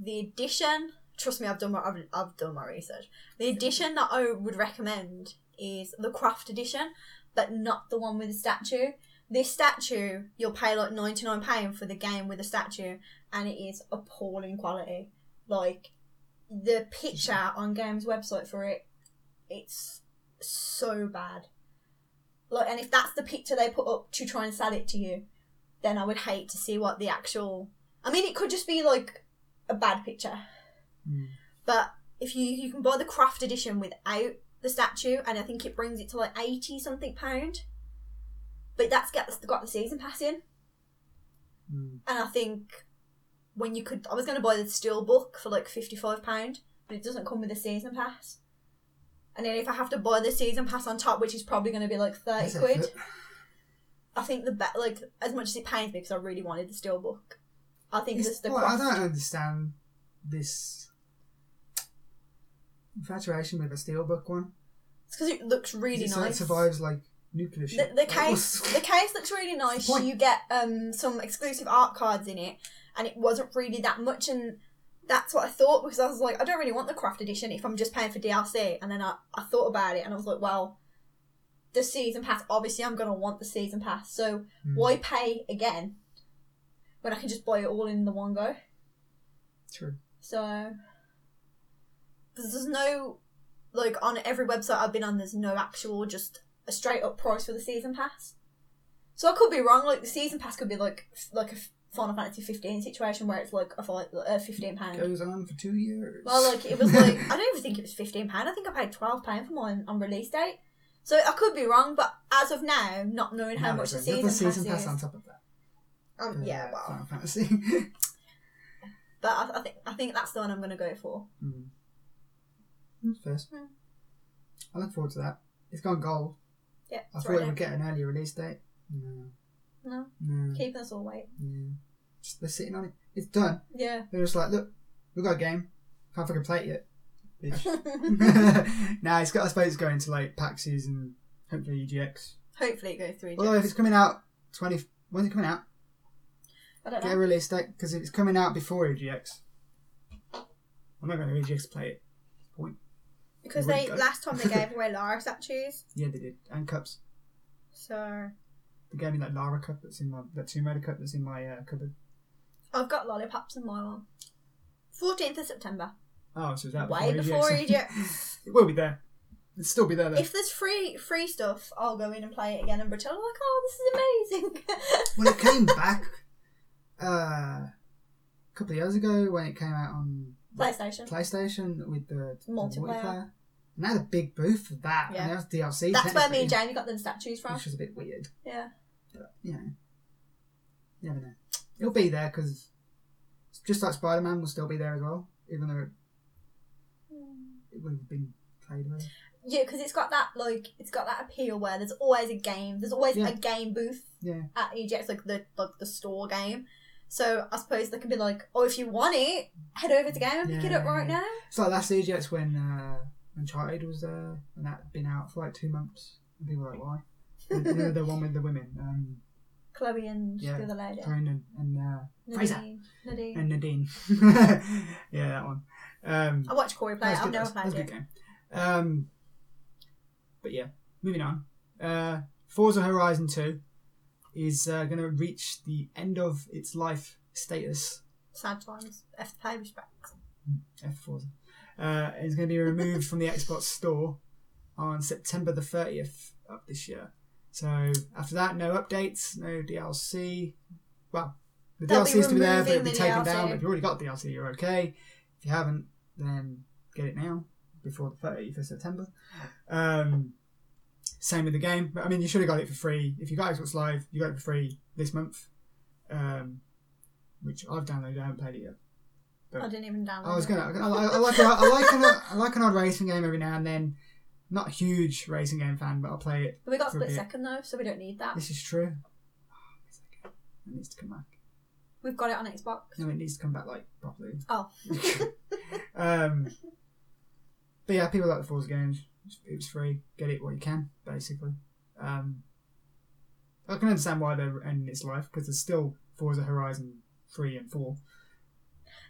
S2: the edition. Trust me, I've done my I've, I've done my research. The edition that I would recommend is the craft edition, but not the one with the statue. This statue, you'll pay like ninety nine pound for the game with the statue, and it is appalling quality. Like the picture on Game's website for it, it's so bad. Like, and if that's the picture they put up to try and sell it to you, then I would hate to see what the actual. I mean, it could just be like a bad picture,
S1: Mm.
S2: but if you you can buy the craft edition without the statue, and I think it brings it to like eighty something pound. But that's got got the season pass in,
S1: Mm.
S2: and I think when you could, I was going to buy the steel book for like fifty five pound, but it doesn't come with a season pass. And then if I have to buy the season pass on top, which is probably going to be like thirty
S1: That's
S2: quid,
S1: effort.
S2: I think the bet like as much as it pains me because I really wanted the steel book. I think
S1: It's-
S2: just the
S1: well, I
S2: craft.
S1: don't understand this infatuation with a steelbook one.
S2: It's because it looks really
S1: it's Like
S2: nice.
S1: survives like nuclear
S2: the,
S1: shit.
S2: the
S1: Like, [LAUGHS]
S2: case
S1: what's-
S2: the case looks really nice.
S1: point?
S2: You get um some exclusive art cards in it, and it wasn't really that much. And that's what I thought because I was like, I don't really want the craft edition if I'm just paying for DLC. And then I, I thought about it and I was like, well, the season pass. Obviously, I'm gonna want the season pass. So
S1: Mm,
S2: why pay again when I can just buy it all in the one go?
S1: True.
S2: So, because there's no, like, on every website I've been on, there's no actual, just a straight up price for the season pass. So I could be wrong. Like the season pass could be like f- like a f- Final Fantasy 15 situation where it's like a, fi- a 15 pound.
S1: Goes on for two years.
S2: Well, like it was like I don't even think it was 15 pound. I think I paid 12 pound for mine on release date. So I could be wrong, but as of now, not knowing how
S1: [LAUGHS] No,
S2: much the
S1: there's a
S2: season,
S1: season
S2: pass,
S1: pass
S2: is,
S1: on top of that.
S2: um,
S1: for,
S2: yeah,
S1: uh,
S2: well,
S1: Final Fantasy. [LAUGHS]
S2: but I, I think I think that's the one I'm gonna go for.
S1: Mm. That's First.
S2: Mm.
S1: I look forward to that. It's gone gold.
S2: Yeah,
S1: I
S2: it's
S1: thought
S2: right
S1: it
S2: now.
S1: would get an earlier release date. No.
S2: No,
S1: No.
S2: keeping us all waiting.
S1: Yeah. Just, they're sitting on it. It's done.
S2: Yeah.
S1: They're just like, look, we've got a game. Can't fucking play it yet. [LAUGHS] Bitch. nah, it's got, I suppose it's going to like PAXs and hopefully EGX.
S2: Hopefully it goes through.
S1: Although if it's coming out 20, when's it coming out?
S2: I don't
S1: Get a
S2: know.
S1: release date because it's coming out before EGX. I'm not going to EGX play it. Point.
S2: Because
S1: Here we
S2: they
S1: go.
S2: last time they gave
S1: [LAUGHS]
S2: away Lara statues,
S1: Yeah, they did. And cups.
S2: so
S1: They gave me that Lara cup that's in my that Tomb Raider cup that's in my uh, cupboard.
S2: I've got lollipops in my one. Fourteenth of September.
S1: Oh, so is that
S2: Way before E EGX.
S1: E [LAUGHS] it will be there. It'll still be there though.
S2: if there's free free stuff, I'll go in and play it again and pretend like, oh, this is amazing. [LAUGHS]
S1: when it came back uh, a couple of years ago, when it came out on
S2: PlayStation.
S1: PlayStation with the the
S2: Multiplayer.
S1: and they had a big booth for that.
S2: Yeah.
S1: And there was DLC.
S2: That's where me and
S1: technically,
S2: Jamie got them statues from.
S1: which was a bit weird,
S2: Yeah.
S1: but you know, you never know. It'll be there because just like Spider Man will still be there as well, even though it, it would have been played away.
S2: Yeah, because it's got that like it's got that appeal where there's always a game. There's always
S1: Yeah.
S2: a game booth
S1: Yeah.
S2: at EGX, like the like the store game. So I suppose they can be like, oh, if you want it, head over to game and pick it up
S1: Yeah.
S2: right now.
S1: It's like last EGX when uh, Uncharted was there,
S2: [LAUGHS]
S1: and that had been out for like two months, and people were like, "Why?" And, you know, the one with the women. Um,
S2: Chloe and
S1: Yeah.
S2: the other lady.
S1: Corinne and, and uh, Fraser.
S2: Nadine. Nadine.
S1: and Nadine. [LAUGHS] yeah, that one. Um,
S2: I watched Corey play it.
S1: that's
S2: I've
S1: good,
S2: never
S1: that's,
S2: played
S1: that's a
S2: it.
S1: good game. Um, but yeah, moving on. Uh, Forza Horizon 2 is uh, going to reach the end of its life status.
S2: Sad times. F to pay respects.
S1: F Forza. Uh, it's going to be removed from the Xbox Store on September the 30th of this year. So after that, no updates, no DLC. Well, the
S2: They'll
S1: DLC
S2: be
S1: is to be there, but it'll be
S2: removing the
S1: taken down.
S2: DLC.
S1: If you've already got DLC, you're okay. If you haven't, then get it now before the 30th of September. Um, same with the game. But I mean, you should have got it for free. If you got Xbox Live, you got it for free this month, um, which I've downloaded. I haven't played it yet.
S2: I didn't even download
S1: Oh. I was
S2: it.
S1: gonna. I,
S2: [LAUGHS]
S1: I, I like. an- I like an. I like an odd racing game every now and then. Not a huge racing game fan, but I'll play it.
S2: But we got
S1: for a
S2: split
S1: bit.
S2: second though, so we don't need that.
S1: This is true. Oh, It needs to come back.
S2: We've got it on Xbox.
S1: No, it needs to come back like properly.
S2: Oh.
S1: um, but yeah, people like the Forza games. It was free. Get it what you can, basically. Um, I can understand why they're ending its life because there's still Forza Horizon three and four.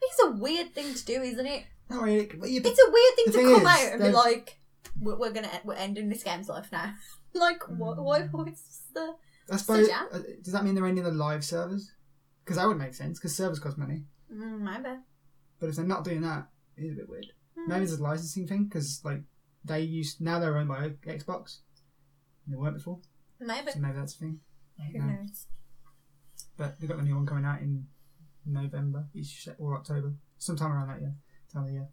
S2: It's a weird thing to do, isn't it?
S1: No, it, [LAUGHS] it,
S2: It's a weird thing
S1: The
S2: to
S1: thing
S2: come
S1: is,
S2: out and be
S1: they've-
S2: like, we're, we're gonna we're ending this game's life now. [LAUGHS] like, what?
S1: Mm.
S2: Why? What's the?
S1: I suppose.
S2: yeah.
S1: uh, Does that mean they're ending the live servers? Because that would make sense. Because servers cost money.
S2: Mm, maybe.
S1: But if they're not doing that, it is a bit weird.
S2: Hmm.
S1: Maybe it's a licensing thing. Because like they used now they're owned by Xbox. And they weren't before,
S2: Maybe.
S1: so maybe that's a thing.
S2: Who
S1: No.
S2: knows? [LAUGHS]
S1: But they've got the new one coming out in November each or October, sometime around that year. Time of the year.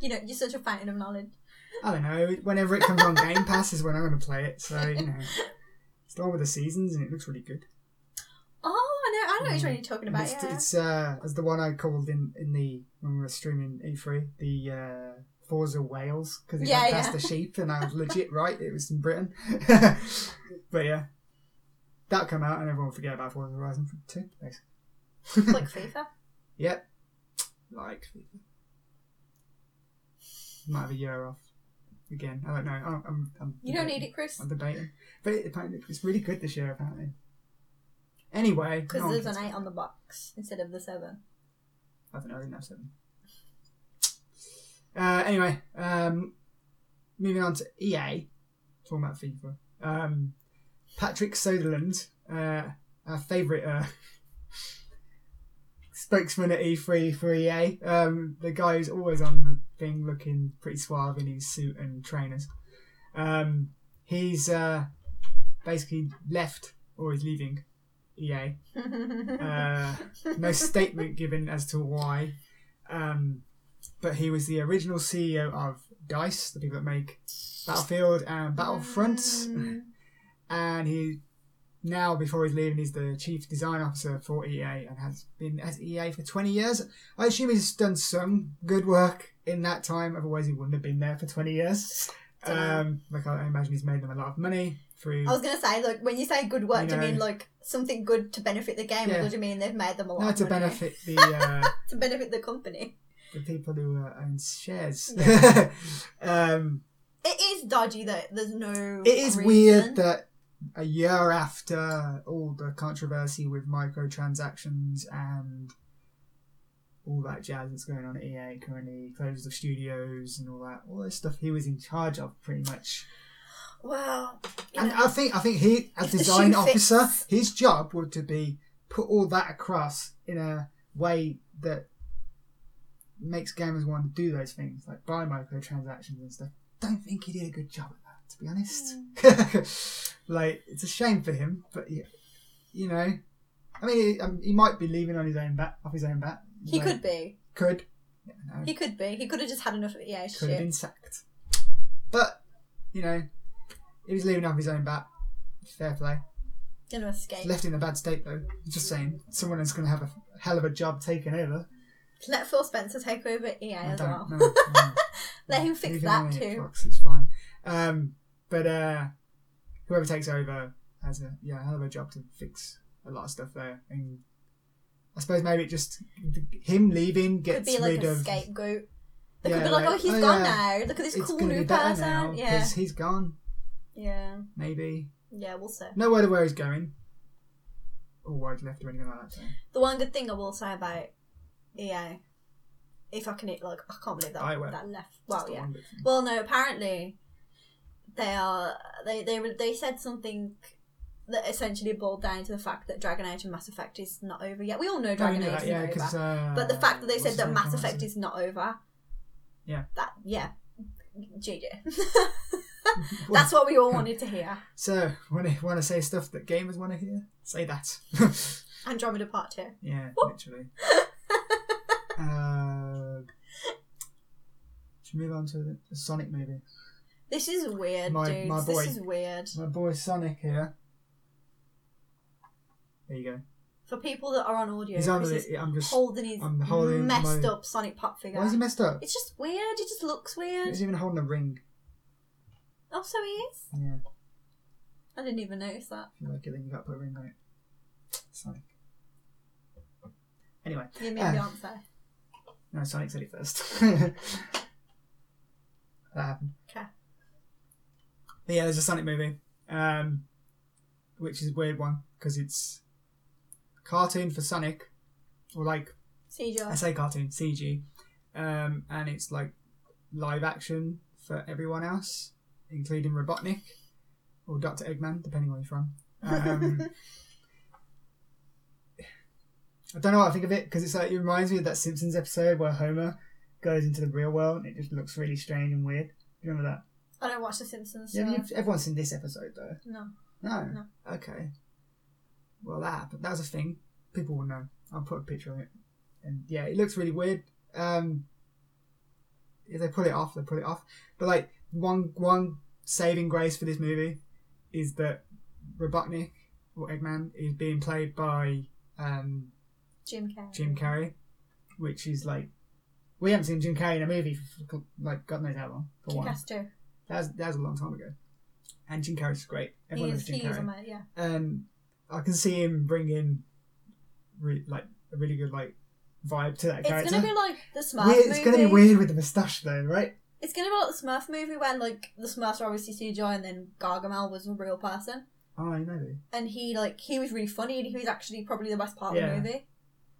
S2: you know, you're such a fountain of knowledge.
S1: I don't know. Whenever it comes on Game Pass is when I'm going to play it. So you know,
S2: [LAUGHS]
S1: it's the one with the seasons, and it looks really good.
S2: Oh, I know. I know what you're really talking about.
S1: Mm. it's,
S2: Yeah.
S1: it's uh, as the one I called in in the when we were streaming E3, the uh, Forza Wales because it
S2: Yeah,
S1: went past
S2: yeah.
S1: the sheep, and I
S2: [LAUGHS]
S1: was legit right. It was in Britain, [LAUGHS] but yeah, that come out and everyone forget about Forza Horizon Two. Thanks. [LAUGHS]
S2: like FIFA.
S1: Yep, like might have a year off again. I don't know. I'm, I'm, I'm
S2: You don't
S1: debating.
S2: need it, Chris,
S1: I'm debating, but it, apparently it's really good this year. Apparently. Anyway,
S2: because
S1: no one
S2: there's
S1: cares.
S2: an eight on the box instead of the seven.
S1: I don't know, I didn't have seven. Uh, anyway, um, moving on to EA, talking about FIFA. Um, Patrick Soderlund, uh, our favourite uh, [LAUGHS] spokesman at E3 for EA, um, the guy who's always on the thing looking pretty suave in his suit and trainers. Um, he's uh, basically left, or he's leaving E EA
S2: [LAUGHS]
S1: uh, no statement given as to why. Um, but he was the original CEO of Dice, the people that make Battlefield and Battlefronts,
S2: Mm.
S1: and he now before he's leaving, he's the chief design officer for EA and has been at EA for twenty years. I assume he's done some good work in that time, otherwise he wouldn't have been there for twenty years.
S2: Dunno.
S1: Um, like I imagine he's made them a lot of money through.
S2: I was gonna say, like, when you say good work,
S1: You
S2: do you mean
S1: know.
S2: like something good to benefit the game,
S1: Yeah.
S2: or do you mean they've made them a lot?
S1: no,
S2: of
S1: to
S2: money?
S1: benefit the. Uh,
S2: to benefit the company.
S1: the people who uh, own shares.
S2: [LAUGHS] Yeah.
S1: um,
S2: It is dodgy that there's no.
S1: it is
S2: reason.
S1: weird that a year after all the controversy with microtransactions and all that jazz that's going on at EA currently, closures of studios and all that, all this stuff he was in charge of pretty much.
S2: Well, you
S1: And
S2: know,
S1: I think I think he, as
S2: If the
S1: design
S2: shoe fits.
S1: officer, his job would to be put all that across in a way that makes gamers want to do those things, like buy microtransactions and stuff. Don't think he did a good job at that, to be honest.
S2: Mm.
S1: [LAUGHS] like it's a shame for him, but yeah, you know, I mean, he, um, he might be leaving on his own bat, off his own bat.
S2: he
S1: Like,
S2: could be.
S1: could, yeah, no,
S2: He could be. He could have just had enough of EA
S1: could have
S2: shit.
S1: been sacked, but you know, he was leaving off his own bat. Fair play.
S2: Gonna escape.
S1: left in a bad state though. Just saying, someone is going to have a hell of a job taking over.
S2: Let Phil Spencer take over EA
S1: I
S2: as
S1: don't
S2: well. [LAUGHS]
S1: know, no.
S2: Let him fix
S1: Leave
S2: that
S1: on the
S2: too.
S1: Xbox, it's fine. Um, but uh, whoever takes over has a yeah hell of a job to fix a lot of stuff there. And I suppose maybe it just him leaving
S2: Could
S1: gets
S2: be like
S1: rid
S2: a
S1: of.
S2: scapegoat. They
S1: Yeah,
S2: could be like,
S1: like,
S2: oh, he's
S1: oh, yeah,
S2: gone now. Look at this
S1: It's
S2: cool
S1: going to
S2: new
S1: be better now
S2: person. Yeah.
S1: because he's gone.
S2: Yeah.
S1: Maybe
S2: Yeah, we'll see.
S1: no word of where he's going. all wide Oh, left or anything like that. So.
S2: The one good thing I will say about EA, if I can, like, I can't believe that
S1: Bioware.
S2: that left.
S1: That's
S2: Well,
S1: the
S2: yeah.
S1: one bit for me.
S2: Well, no. Apparently, they are. They they were- they said something that essentially boiled down to the fact that Dragon Age and Mass Effect is not over yet. We all know
S1: No, Oh, we
S2: Dragon
S1: knew
S2: Age
S1: that,
S2: is
S1: yeah,
S2: not over,
S1: 'cause, uh,
S2: but the fact that they
S1: what's
S2: said
S1: his
S2: that
S1: name?
S2: Mass
S1: Thomas
S2: Effect is not over.
S1: Yeah.
S2: That yeah. [LAUGHS] GG.
S1: Well,
S2: That's what we all wanted to hear.
S1: So, when I want to say stuff that gamers want to hear, say that. [LAUGHS]
S2: Andromeda Part Two.
S1: yeah, literally. uh, should we move on to the, the Sonic movie?
S2: This is weird,
S1: My-
S2: dudes.
S1: my boy.
S2: This is weird.
S1: My boy Sonic here. There you go.
S2: For people that are on audio,
S1: He's on
S2: this
S1: the-
S2: is
S1: I'm just.
S2: holding his
S1: I'm holding
S2: messed
S1: my-
S2: up Sonic Pop figure.
S1: Why is he messed up?
S2: It's just weird. It just looks weird.
S1: He's even holding a ring.
S2: Oh, so he is.
S1: Yeah,
S2: I didn't even notice that.
S1: if you like it, then you gotta put a ring on it. Sonic. Anyway,
S2: You made
S1: Ah.
S2: the answer.
S1: no, Sonic said it first. [LAUGHS] that happened.
S2: Okay.
S1: But yeah, there's a Sonic movie, um, which is a weird one because it's cartoon for Sonic, or like I
S2: CGI.
S1: say cartoon CG, um, and it's like live action for everyone else, including Robotnik or Doctor Eggman, depending where you're from. Um,
S2: [LAUGHS]
S1: I don't know what I think of it because it's like it reminds me of that Simpsons episode where Homer goes into the real world and it just looks really strange and weird. Do you remember that?
S2: I don't watch The Simpsons.
S1: Yeah,
S2: so-
S1: you've, everyone's seen this episode though.
S2: No.
S1: No.
S2: No.
S1: Okay. Well, that happened. That was a thing. People will know. I'll put a picture on it. And yeah, it looks really weird. Um, if they pull it off, they pull it off. But like one one saving grace for this movie is that Robotnik or Eggman is being played by um,
S2: Jim Carrey.
S1: Jim Carrey, which is like we haven't seen Jim Carrey in a movie for like God knows how long. For one,
S2: Kick-Ass too.
S1: that was, that was a long time ago. And Jim Carrey's great.
S2: He
S1: Everyone loves
S2: is,
S1: Jim
S2: he is
S1: Carrey
S2: on my, yeah.
S1: um, I can see him bringing re- like a really good like vibe to that
S2: It's
S1: character.
S2: gonna be like the Smurf
S1: weird,
S2: movie.
S1: it's gonna be weird with the moustache though, right?
S2: It's gonna be like the Smurf movie when like the Smurfs are obviously CGI and then Gargamel was a real person
S1: Oh, maybe.
S2: and he like he was really funny and he was actually probably the best part
S1: Yeah.
S2: of the movie.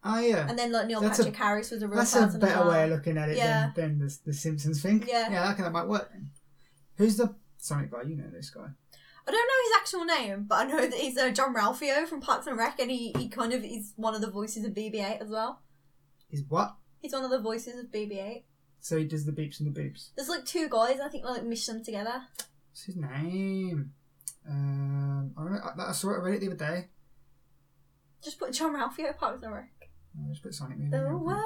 S1: Oh yeah,
S2: And then like Neil
S1: That's a-
S2: Patrick Harris was a real
S1: that's a
S2: person. as
S1: better
S2: well.
S1: way of looking at it
S2: Yeah.
S1: than, than the, the Simpsons thing.
S2: Yeah.
S1: yeah, I reckon that might work. Who's the Sonic guy? You know this guy.
S2: I don't know his actual name, but I know that he's uh, John Ralphio from Parks and Rec, and he, he kind of is one of the voices of BB-8 as well.
S1: He's what?
S2: He's one of the voices of BB-8.
S1: So he does the beeps and the boops.
S2: There's like two guys, I think, like mish them together.
S1: What's his name? Um, I, remember, I, I saw it. I read it the other day.
S2: Just put John Ralphio Parks and Rec.
S1: I just put Sonic movie.
S2: The world.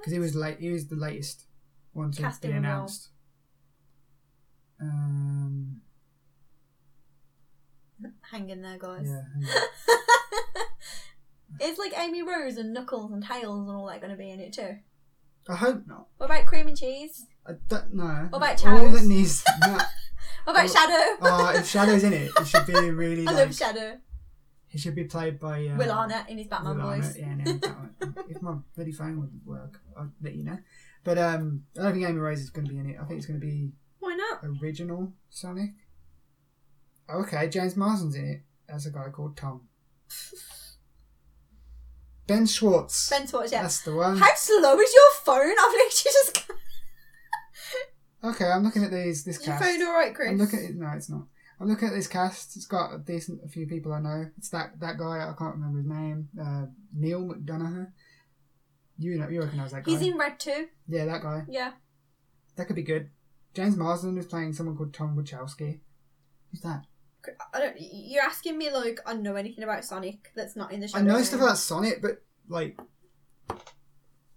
S1: because he was late. He was the latest one to
S2: Casting
S1: be
S2: a role.
S1: announced. Um,
S2: Hang in there, guys.
S1: yeah, hang on.
S2: Is like Amy Rose and Knuckles and Tails and all that going to be in it too?
S1: I hope not.
S2: What about Cream and Cheese?
S1: I don't know.
S2: What about
S1: All
S2: Shadows?
S1: that needs. no.
S2: [LAUGHS] What about
S1: Oh,
S2: Shadow?
S1: Uh, if Shadow's in it, it should be really.
S2: I
S1: Like,
S2: love Shadow.
S1: It should be played by uh,
S2: Will Arnett in his Batman
S1: Will Arnett,
S2: voice.
S1: Yeah, no, that one. if my bloody phone wouldn't work, I'd let you know. But um, I don't think Amy Rose is going to be in it. I think it's going to be
S2: Why not?
S1: original Sonic. Okay, James Marsden's in it as a guy called Tom. ben Schwartz.
S2: Ben Schwartz, yeah.
S1: That's the one.
S2: How slow is your phone? I've literally just.
S1: Okay, I'm looking at these. This
S2: Is your
S1: cast.
S2: phone alright, Chris?
S1: I'm looking at it. No, it's not. I'm looking at this cast. It's got a decent a few people I know. It's that that guy. I can't remember his name. Uh, Neil McDonough. You know, you recognise that guy?
S2: He's in red too.
S1: yeah, that guy.
S2: Yeah.
S1: That could be good. James Marsden is playing someone called Tom Wachowski. Who's that?
S2: I don't. You're asking me like I know anything about Sonic that's not in the show.
S1: I know stuff about Sonic, but like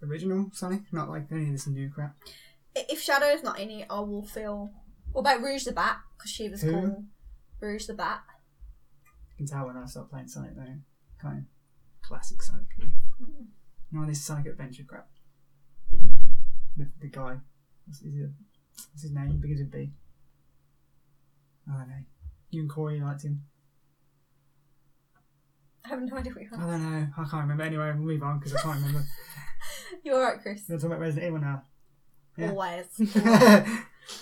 S1: original Sonic, not like any of this new crap.
S2: I- If Shadow's not in it, I will feel. What about Rouge the Bat? Because she was
S1: Who?
S2: cool. Rouge the Bat.
S1: You can tell when I start playing Sonic though. Kind of classic Sonic. None of this Sonic Adventure crap. The, the guy. What's his, what's his name? Begins with B. I don't know. You and Corey liked him.
S2: I have no [LAUGHS] idea what you're
S1: I
S2: on.
S1: don't know. I can't remember. Anyway, we'll move on because I can't remember. [LAUGHS]
S2: You're alright, Chris.
S1: We're talking about Resident Evil
S2: [LAUGHS]
S1: now. [LAUGHS] Yeah.
S2: Always.
S1: I'll,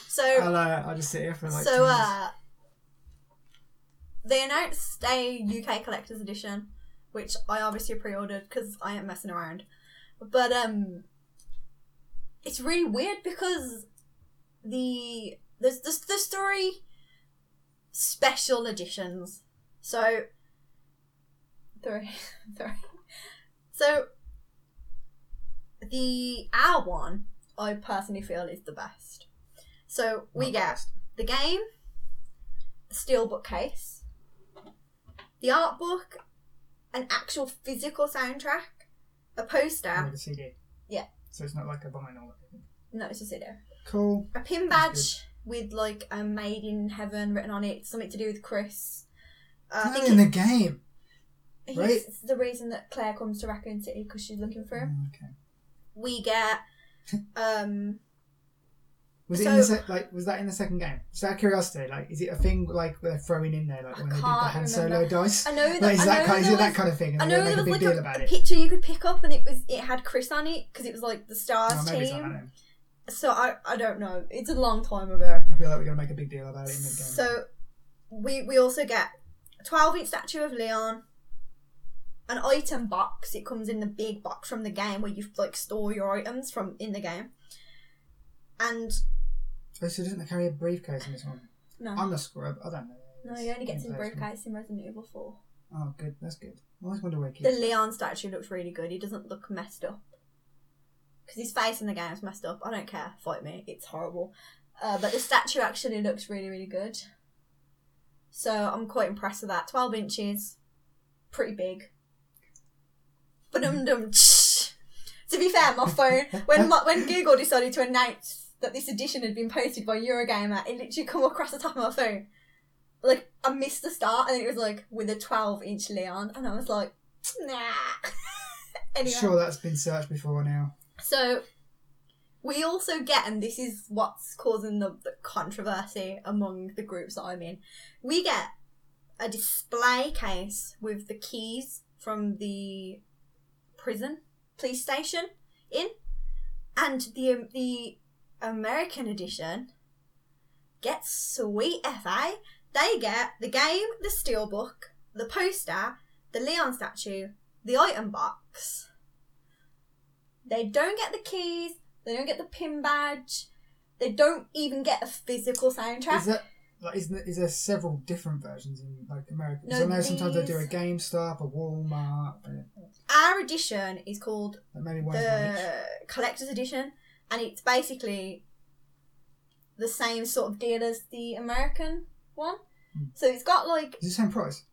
S2: So,
S1: uh, I'll just sit here for like.
S2: so
S1: 10 minutes.
S2: uh, they announced a UK collector's edition, which I obviously pre-ordered because I ain't messing around. But um, it's really weird because the there's there's, there's three special editions. So three, [LAUGHS] three. So the our one I personally feel is the best. So we
S1: Not
S2: get
S1: best.
S2: the game, the steel bookcase, the art book, an actual physical soundtrack, a poster.
S1: With a CD.
S2: Yeah.
S1: So it's not like a vinyl. I think.
S2: No, it's a CD.
S1: Cool.
S2: A pin
S1: That's
S2: badge with like a "Made in Heaven" written on it. Something to do with Chris. Uh, I
S1: Not
S2: think
S1: in
S2: it-
S1: the game.
S2: he's-
S1: right?
S2: it's the reason that Claire comes to Raccoon City because she's looking for him.
S1: Mm, Okay. [LAUGHS]
S2: We get um
S1: Was it in the
S2: So-
S1: se- like was that in the second game? Just out of curiosity, like is it a thing like they're throwing in there like
S2: I
S1: when they did the
S2: can't
S1: Han Solo
S2: remember.
S1: dice?
S2: I know that
S1: Like, is
S2: I
S1: that
S2: know
S1: kind, is
S2: there
S1: it that
S2: was-
S1: kind of thing? And
S2: I
S1: they
S2: know
S1: don't make
S2: there
S1: a
S2: was
S1: big
S2: like
S1: deal
S2: a,
S1: about
S2: a
S1: it.
S2: picture you could pick up, and it was it had Chris on it because it was like the
S1: Oh,
S2: Stars
S1: maybe it's not
S2: team.
S1: that
S2: So I I don't know. It's a long time ago.
S1: then. I feel like we're gonna make a big deal about it in the game.
S2: So we we also get a twelve inch statue of Leon, an item box. It comes in the big box from the game where you like store your items from in the game, and
S1: Oh, so doesn't it carry a briefcase in this one?
S2: no.
S1: I'm a scrub. I don't know.
S2: Uh-huh. no, you only get to the
S1: Inflation.
S2: briefcase in Resident Evil 4.
S1: Oh, good. That's good. I always wonder where
S2: The
S1: kids.
S2: Leon statue looks really good. He doesn't look messed up. Because his face in the game is messed up. I don't care. Fight me. It's horrible. Uh, but the statue actually looks really, really good. So I'm quite impressed with that. 12 inches. Pretty big. But um dum To be fair, my phone, when my, when Google decided to announce that this edition had been posted by Eurogamer, it literally come across the top of my phone. Like, I missed the start and it was like, with a 12 inch Leon. And I was like, nah. [LAUGHS] anyway.
S1: Sure, that's been searched before now.
S2: So we also get, and this is what's causing the, the controversy among the groups that I'm in, we get a display case with the keys from the prison police station in, and the um, the American edition gets sweet FA. They get the game, the steelbook, the poster, the Leon statue, the item box. They don't get the keys. They don't get the pin badge. They don't even get a physical soundtrack.
S1: Is that like isn't there, is there several different versions in like America? 'Cause
S2: No,
S1: I know sometimes they do a
S2: these-
S1: GameStop, a Walmart, but
S2: Our edition is called
S1: but maybe one is one each.
S2: the collector's edition, and it's basically the same sort of deal as the American one.
S1: Hmm.
S2: So it's got like
S1: Is it the same price?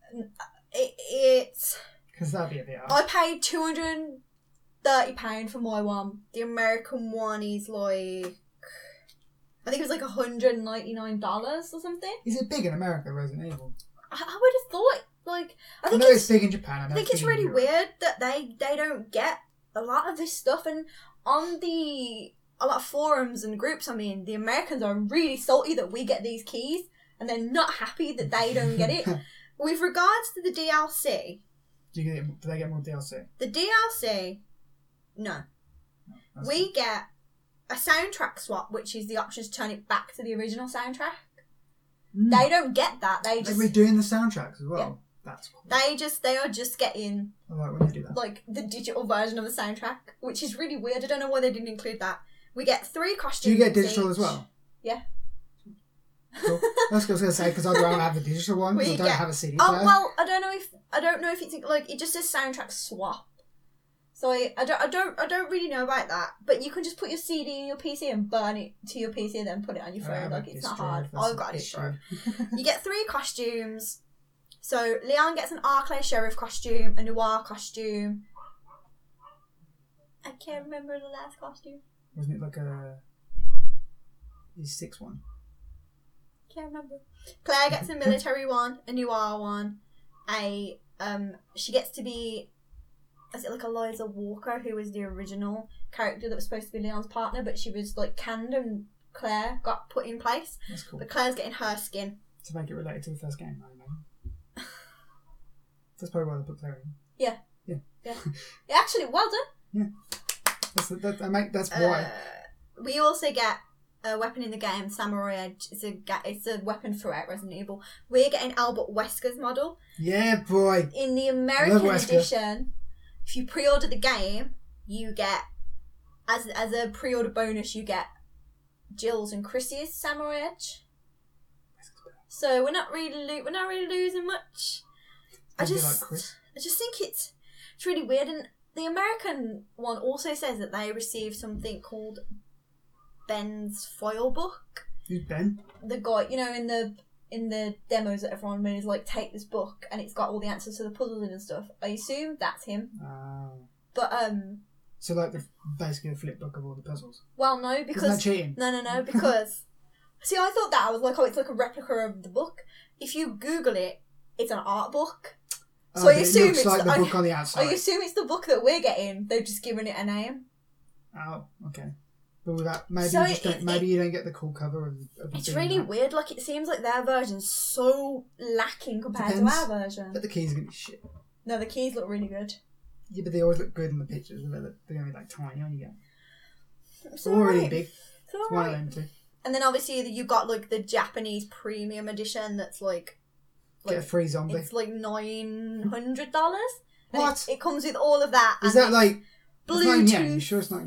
S2: it, it's
S1: Because that'd be a bit. odd.
S2: I paid two hundred and thirty pound for my one. The American one is like I think it was like hundred and ninety nine dollars or something.
S1: Is it big in America, Resident Evil?
S2: I, I would have thought like I
S1: I,
S2: think
S1: know
S2: it's
S1: it's, big in Japan. I, know
S2: I think
S1: big
S2: it's
S1: in
S2: really
S1: Europe.
S2: weird that they they don't get a lot of this stuff, and on the a lot of forums and groups. I mean, the Americans are really salty that we get these keys, and they're not happy that they don't get [LAUGHS]
S1: [LAUGHS]
S2: it.
S1: do
S2: With regards to the DLC,
S1: you get? it- Do they get more DLC?
S2: the DLC, no,
S1: That's
S2: we get a soundtrack swap, which is the option to turn it back to the original soundtrack.
S1: Mm.
S2: They don't get that. Hmm. They
S1: They're
S2: just
S1: redoing the soundtracks as well. That's cool.
S2: they just they are just getting
S1: I like when they do that.
S2: like the digital version of the soundtrack, which is really weird. I don't know why they didn't include that. We get three costumes.
S1: Do you get digital as
S2: each.
S1: well?
S2: Yeah.
S1: Cool. That's what I was gonna say because I'd rather have the digital one. 'cause
S2: Well,
S1: I
S2: you
S1: don't
S2: get-
S1: have a CD player.
S2: Oh well, I don't know if I don't know if it's like it just says soundtrack swap. So I, I don't I don't I don't really know about that. But you can just put your CD in your PC and burn it to your PC, and then put it on your
S1: I
S2: phone.
S1: have a
S2: Like it's
S1: disc
S2: not
S1: drive,
S2: hard.
S1: Ah,
S2: Oh,
S1: that's
S2: I've
S1: an
S2: got a disc
S1: issue.
S2: drive. you get three costumes. So Leon gets an Arclay sheriff costume, a noir costume. I can't remember the last costume.
S1: Wasn't it like a? He's six one.
S2: Can't remember. Claire gets a military one, a noir one, a um. She gets to be, is it like Eliza Walker, who was the original character that was supposed to be Leon's partner, but she was like canned and Claire got put in place.
S1: That's cool.
S2: But Claire's getting her skin.
S1: To make it related to the first game, I imagine. That's probably why they put Claire in.
S2: Yeah, actually, well done.
S1: That's the, that, I make, that's why.
S2: Uh, we also get uh, weapon in the game, Samurai Edge. It's a ga- it's a weapon throughout Resident Evil. We're getting Albert Wesker's model
S1: Yeah, boy.
S2: in the American
S1: Wesker.
S2: edition. If you pre-order the game, you get as as a pre-order bonus, you get Jill's and Chrissy's Samurai Edge. So we're not really lo- we're not really losing much. I
S1: Maybe
S2: just-
S1: like Chris.
S2: I just think it's it's really weird. And the American one also says that they received something called Ben's foil book.
S1: Who's Ben?
S2: The guy, you know, in the in the demos that everyone made is like, take this book, and it's got all the answers to the puzzles in and stuff. I assume that's him.
S1: Oh.
S2: But um,
S1: So like the basically the flip book of all the puzzles.
S2: well, no,
S1: Isn't that
S2: because
S1: cheating?
S2: no,
S1: [LAUGHS]
S2: no, no, because see, I thought that I was like, oh, it's like a replica of the book. If you Google it, it's an art book. So
S1: Oh,
S2: I
S1: but
S2: assume
S1: it looks
S2: it's-
S1: like the
S2: I-
S1: book on the
S2: I
S1: outside.
S2: assume it's the book that we're getting. They've just given it a name.
S1: Oh, okay. But with that, maybe
S2: So
S1: you just
S2: it-
S1: don't, maybe you don't get the cool cover of. of the
S2: It's
S1: thing
S2: really
S1: now.
S2: weird. Like it seems like their version's so lacking compared
S1: Depends.
S2: to our version.
S1: But the keys are gonna be shit.
S2: No, the keys look really good.
S1: Yeah, but they always look good in the pictures. They're, look- they're gonna be like tiny on you go.
S2: It's
S1: Or really
S2: alright.
S1: big.
S2: It's
S1: It's
S2: alright.
S1: one of them too.
S2: And then obviously you've got like the Japanese premium edition that's like,
S1: Get a
S2: like
S1: free zombie.
S2: it's like nine hundred dollars.
S1: What?
S2: It, it comes with all of that.
S1: Is
S2: and
S1: that like it's not in yen? You
S2: Bluetooth?
S1: sure it's not?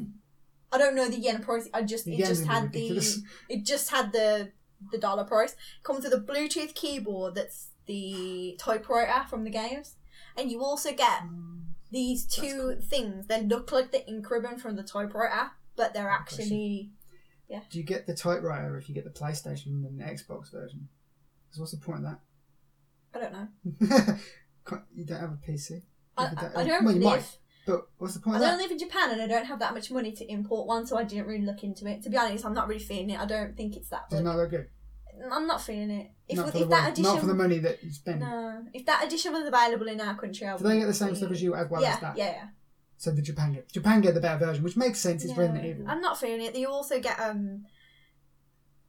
S2: I don't know the yen price. I just
S1: The
S2: it just
S1: yen's gonna be
S2: had
S1: ridiculous.
S2: the it just had the the dollar price. comes with a Bluetooth keyboard that's the typewriter from the games, and you also get
S1: Um,
S2: these
S1: That's
S2: two things. They look like the ink ribbon from the typewriter, but
S1: Oh,
S2: they're actually
S1: Do you get the typewriter if you get the PlayStation and the Xbox version? Because what's the point of
S2: I don't know.
S1: that? [LAUGHS] Can't- you don't have a PC. You
S2: I,
S1: could-
S2: I, I don't
S1: well, you
S2: live.
S1: might, but what's the point
S2: I
S1: of that?
S2: don't live in Japan, and I don't have that much money to import one, so I didn't really look into it. To be honest, I'm not really feeling it. I don't think it's that.
S1: It's
S2: Good.
S1: not that good.
S2: I'm not feeling it. If,
S1: not,
S2: if
S1: for the
S2: that
S1: one-
S2: edition,
S1: not for the money that you spend.
S2: no, if that edition was available in our country, I
S1: Do they
S2: would
S1: get the same stuff
S2: really-
S1: as you as well
S2: yeah,
S1: as that?
S2: yeah, yeah.
S1: So the Japan get Japan get the better version, which makes sense. It's
S2: Yeah.
S1: Resident Evil.
S2: I'm not feeling it. You also get um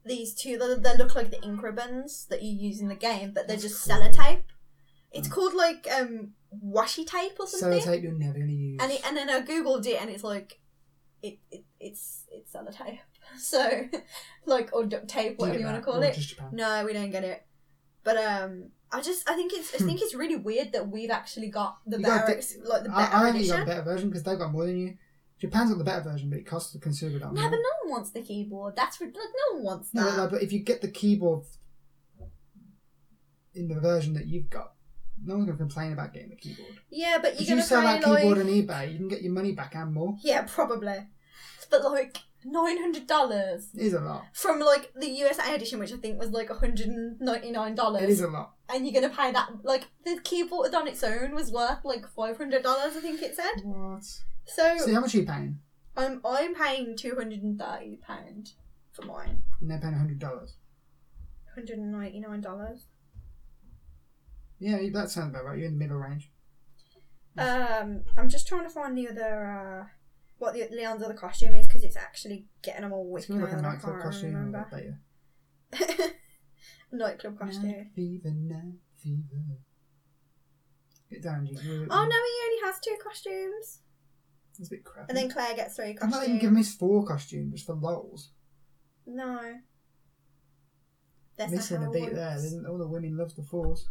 S2: these two. They, they look like the ink ribbons that you use in the game, but they're
S1: That's
S2: just
S1: cool.
S2: sellotape. It's
S1: Mm.
S2: called like um washi tape or something.
S1: Sellotape you're never going to use.
S2: And it, and then I googled it, and it's like it, it it's it's sellotape. [LAUGHS] So like or duct tape,
S1: Do
S2: whatever
S1: get
S2: you want
S1: that,
S2: to call
S1: or
S2: it.
S1: Just Japan.
S2: No, we don't get it. But um, I just I think it's I
S1: Hmm.
S2: think it's really weird that we've actually got the
S1: You got
S2: better
S1: the-
S2: ex- like the
S1: I,
S2: better
S1: I only got a
S2: edition.
S1: better version because they got more than you. Japan's got the better version, but it costs a considerable
S2: No, but
S1: amount.
S2: no one wants the keyboard. That's rid- like no one wants
S1: No,
S2: that.
S1: but, like, but if you get the keyboard in the version that you've got, no one's going to complain about getting the keyboard.
S2: Yeah, but
S1: If
S2: you're
S1: you
S2: gonna
S1: sell
S2: pay
S1: that
S2: like
S1: keyboard on eBay, you can get your money back and more.
S2: yeah, probably, but like nine hundred dollars
S1: It is a lot.
S2: from like the USA edition, which I think was like one hundred and ninety nine
S1: It is
S2: dollars,
S1: a lot.
S2: and you're gonna pay that like the keyboard on its own was worth like five hundred dollars, I think it said.
S1: What?
S2: So
S1: See, how much are you paying?
S2: I'm I'm paying two hundred and thirty pound for mine,
S1: And they're paying $100.
S2: one hundred and ninety nine dollars.
S1: Yeah, that sounds about right. You're in the middle range.
S2: Um, I'm just trying to find the other uh, what the Leon's other costume is because it's actually getting on a
S1: It's
S2: wick
S1: going
S2: now
S1: to look like a
S2: that I
S1: nightclub
S2: can't
S1: costume.
S2: remember.
S1: Later.
S2: nightclub costume.
S1: Night fever, night fever. Get down, G. You're-
S2: Oh no, he only has two costumes,
S1: It's a bit crap.
S2: and then Claire gets three
S1: I'm
S2: costumes.
S1: not even giving this four costume, just for lols.
S2: no. That's not
S1: Missing
S2: how
S1: a
S2: it
S1: beat there.
S2: works.
S1: Isn't all the women love the fours?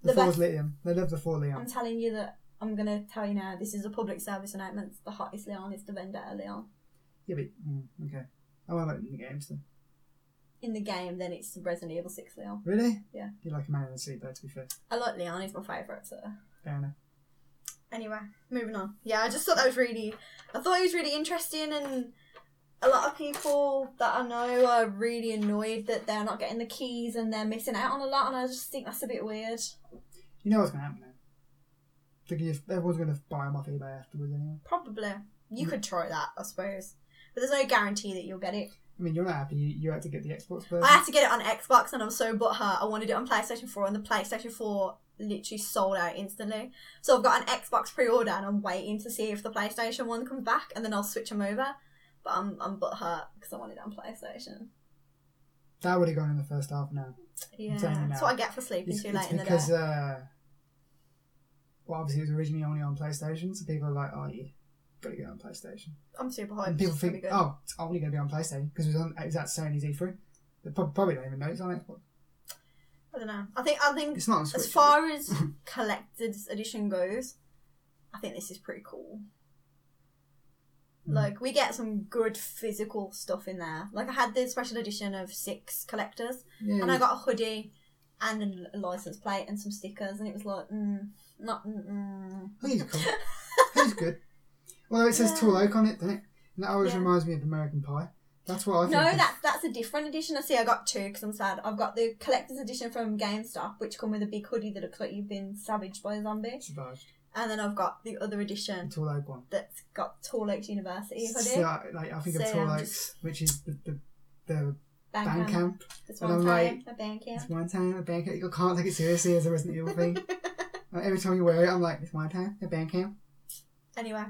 S1: The,
S2: The
S1: fours
S2: best-
S1: Liam. They love the four
S2: I'm
S1: Liam.
S2: telling you that I'm gonna tell you now. This is a public service announcement. The hottest Leon is the vendetta Leon
S1: Yeah, but mm, okay. I won't let it in the games then.
S2: in the game. Then it's the Resident Evil Six Leon.
S1: Really?
S2: Yeah.
S1: You like a man in a suit though, to be fair.
S2: I like Leon. He's my favourite. So.
S1: Fair enough.
S2: anyway, moving on. Yeah, I just thought that was really, I thought it was really interesting, and a lot of people that I know are really annoyed that they're not getting the keys and they're missing out on a lot, and I just think that's a bit weird.
S1: You know what's gonna happen now. They're gonna- Everyone's gonna buy them off eBay afterwards anyway.
S2: Probably, you
S1: Mm.
S2: could try that, I suppose, but there's no guarantee that you'll get it.
S1: I mean, you're not happy. You, you had to get the Xbox version.
S2: I had to get it on Xbox, and I'm so butthurt. I wanted it on PlayStation Four, and the PlayStation Four literally sold out instantly. So I've got an Xbox pre-order, and I'm waiting to see if the PlayStation One comes back, and then I'll switch them over. But I'm I'm butthurt because I wanted it on PlayStation.
S1: That would have gone in the first half now.
S2: Yeah,
S1: telling you
S2: that's
S1: now.
S2: what I get for sleeping
S1: It's,
S2: too
S1: it's
S2: late in the
S1: because,
S2: day.
S1: uh, well, obviously it was originally only on PlayStation, so people are like, oh, yeah, Got to get on PlayStation.
S2: I'm super hyped.
S1: And
S2: it's
S1: people
S2: gonna be
S1: think,
S2: good.
S1: oh, it's only going to be on PlayStation because it was on it was at Sony's E3. They prob- probably don't even know it's on Xbox.
S2: I don't know. I think I think
S1: It's not on Switch.
S2: as far
S1: [LAUGHS]
S2: as collector's edition goes, I think this is pretty cool.
S1: Mm.
S2: Like we get some good physical stuff in there. Like I had the special edition of six collectors,
S1: yeah,
S2: and I got a hoodie and a license plate and some stickers, and it was like, mm, not. Mm, mm.
S1: He's cool. He's good. Although it says
S2: Yeah.
S1: Tall Oak on it, doesn't it? And that always
S2: Yeah.
S1: reminds me of American Pie. That's what I think.
S2: No,
S1: of-
S2: that's that's a different edition. I see. I got two because I'm sad. I've got the collector's edition from GameStop, which come with a big hoodie that looks like you've been savaged by a zombie,
S1: Savage.
S2: and then I've got the other edition
S1: The Tall Oak one.
S2: that's got Tall Oaks University hoodie.
S1: So, I- like, I think of
S2: So,
S1: Tall
S2: I'm
S1: Oaks, which is the, the, the
S2: Bandcamp.
S1: band camp.
S2: That's
S1: And
S2: one
S1: I'm
S2: time.
S1: like-
S2: A Bandcamp.
S1: It's wine town, a band camp. You can't take it seriously as a Resident Evil
S2: [LAUGHS]
S1: thing. Like, every time you wear it, I'm like, it's wine town, a band camp.
S2: Anyway,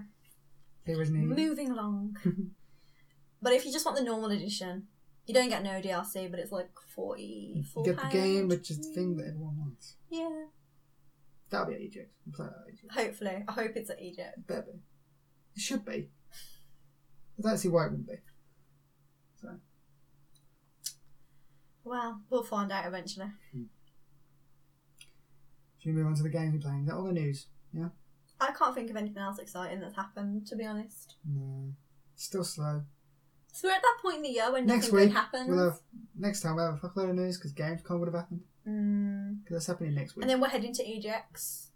S1: It Resident Evil.
S2: moving
S1: [LAUGHS]
S2: along. but if you just want the normal edition, you don't get no DLC, but it's like forty
S1: You
S2: four.
S1: get the game, which is the thing that everyone wants.
S2: Yeah.
S1: That'll be at Egypt. We'll play that at Egypt.
S2: Hopefully, I hope it's at Egypt.
S1: It better be. It should be. I don't see why it wouldn't be.
S2: Well, we'll find out eventually.
S1: Should we move on to the games we're playing? Is that all the news?
S2: I can't think of anything else exciting that's happened, to be honest.
S1: No. Still slow.
S2: So we're at that point in the year when
S1: Next
S2: nothing
S1: week,
S2: good happens.
S1: We'll have, next time we'll have a fuckload of news because Gamescom would have happened.
S2: Mm.
S1: Because that's happening next week.
S2: And then we're heading to EGX.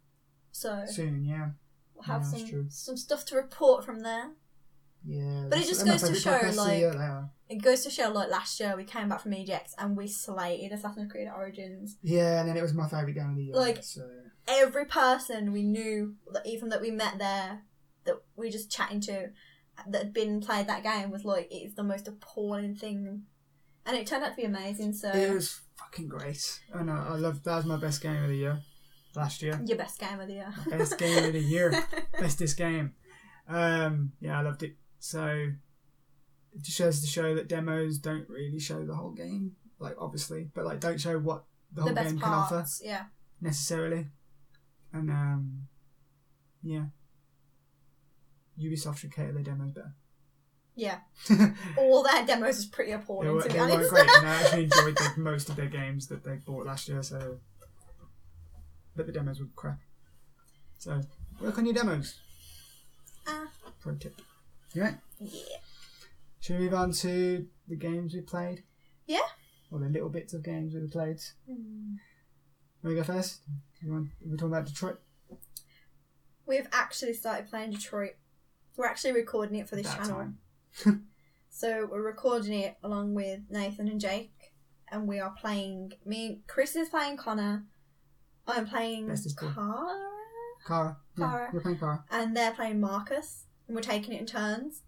S2: So
S1: Soon, yeah.
S2: we'll have
S1: Yeah, that's
S2: some,
S1: true.
S2: some stuff to report from there.
S1: Yeah.
S2: But it
S1: that's-
S2: just
S1: they're my
S2: goes to
S1: favourite
S2: show,
S1: podcasts of the
S2: like-
S1: year, they are.
S2: It goes to show, like last year, we came back from EGX and we slated Assassin's Creed Origins.
S1: Yeah, and then it was my favourite game of the year.
S2: Like-
S1: so.
S2: Every person we knew, that even that we met there, that we were just chatting to, that had been played that game, was like, it's the most appalling thing. And it turned out to be amazing, so
S1: It was fucking great. I know, I loved that was my best game of the year. Last year.
S2: your best game of the year.
S1: Best game of the
S2: [LAUGHS]
S1: year. bestest game. Um, yeah, I loved it. So it just shows to show that demos don't really show the whole game, like obviously, but like don't show what the whole
S2: the best
S1: game can offer
S2: parts, yeah.
S1: necessarily. And um, yeah, Ubisoft should cater their demos better.
S2: Yeah.
S1: [LAUGHS] they
S2: all their demos was pretty appalling
S1: were,
S2: to
S1: they
S2: be
S1: were
S2: honest.
S1: great, and I actually enjoyed the, most of their games that they bought last year. So, but the demos were crap. So work on your demos.
S2: Ah.
S1: Pro tip. You right?
S2: [LAUGHS] yeah.
S1: Should we move on to the games we played?
S2: Yeah.
S1: Or the little bits of games we played. Want to go first? You want, we're talking about Detroit.
S2: We've actually started playing Detroit. We're actually recording it for this
S1: That
S2: channel.
S1: time.
S2: So we're recording it along with Nathan and Jake and we are playing me Chris is playing Connor. I'm playing
S1: Best is cool.
S2: Cara
S1: Cara. Yeah,
S2: Cara.
S1: We're playing Cara.
S2: and they're playing Marcus and we're taking it in turns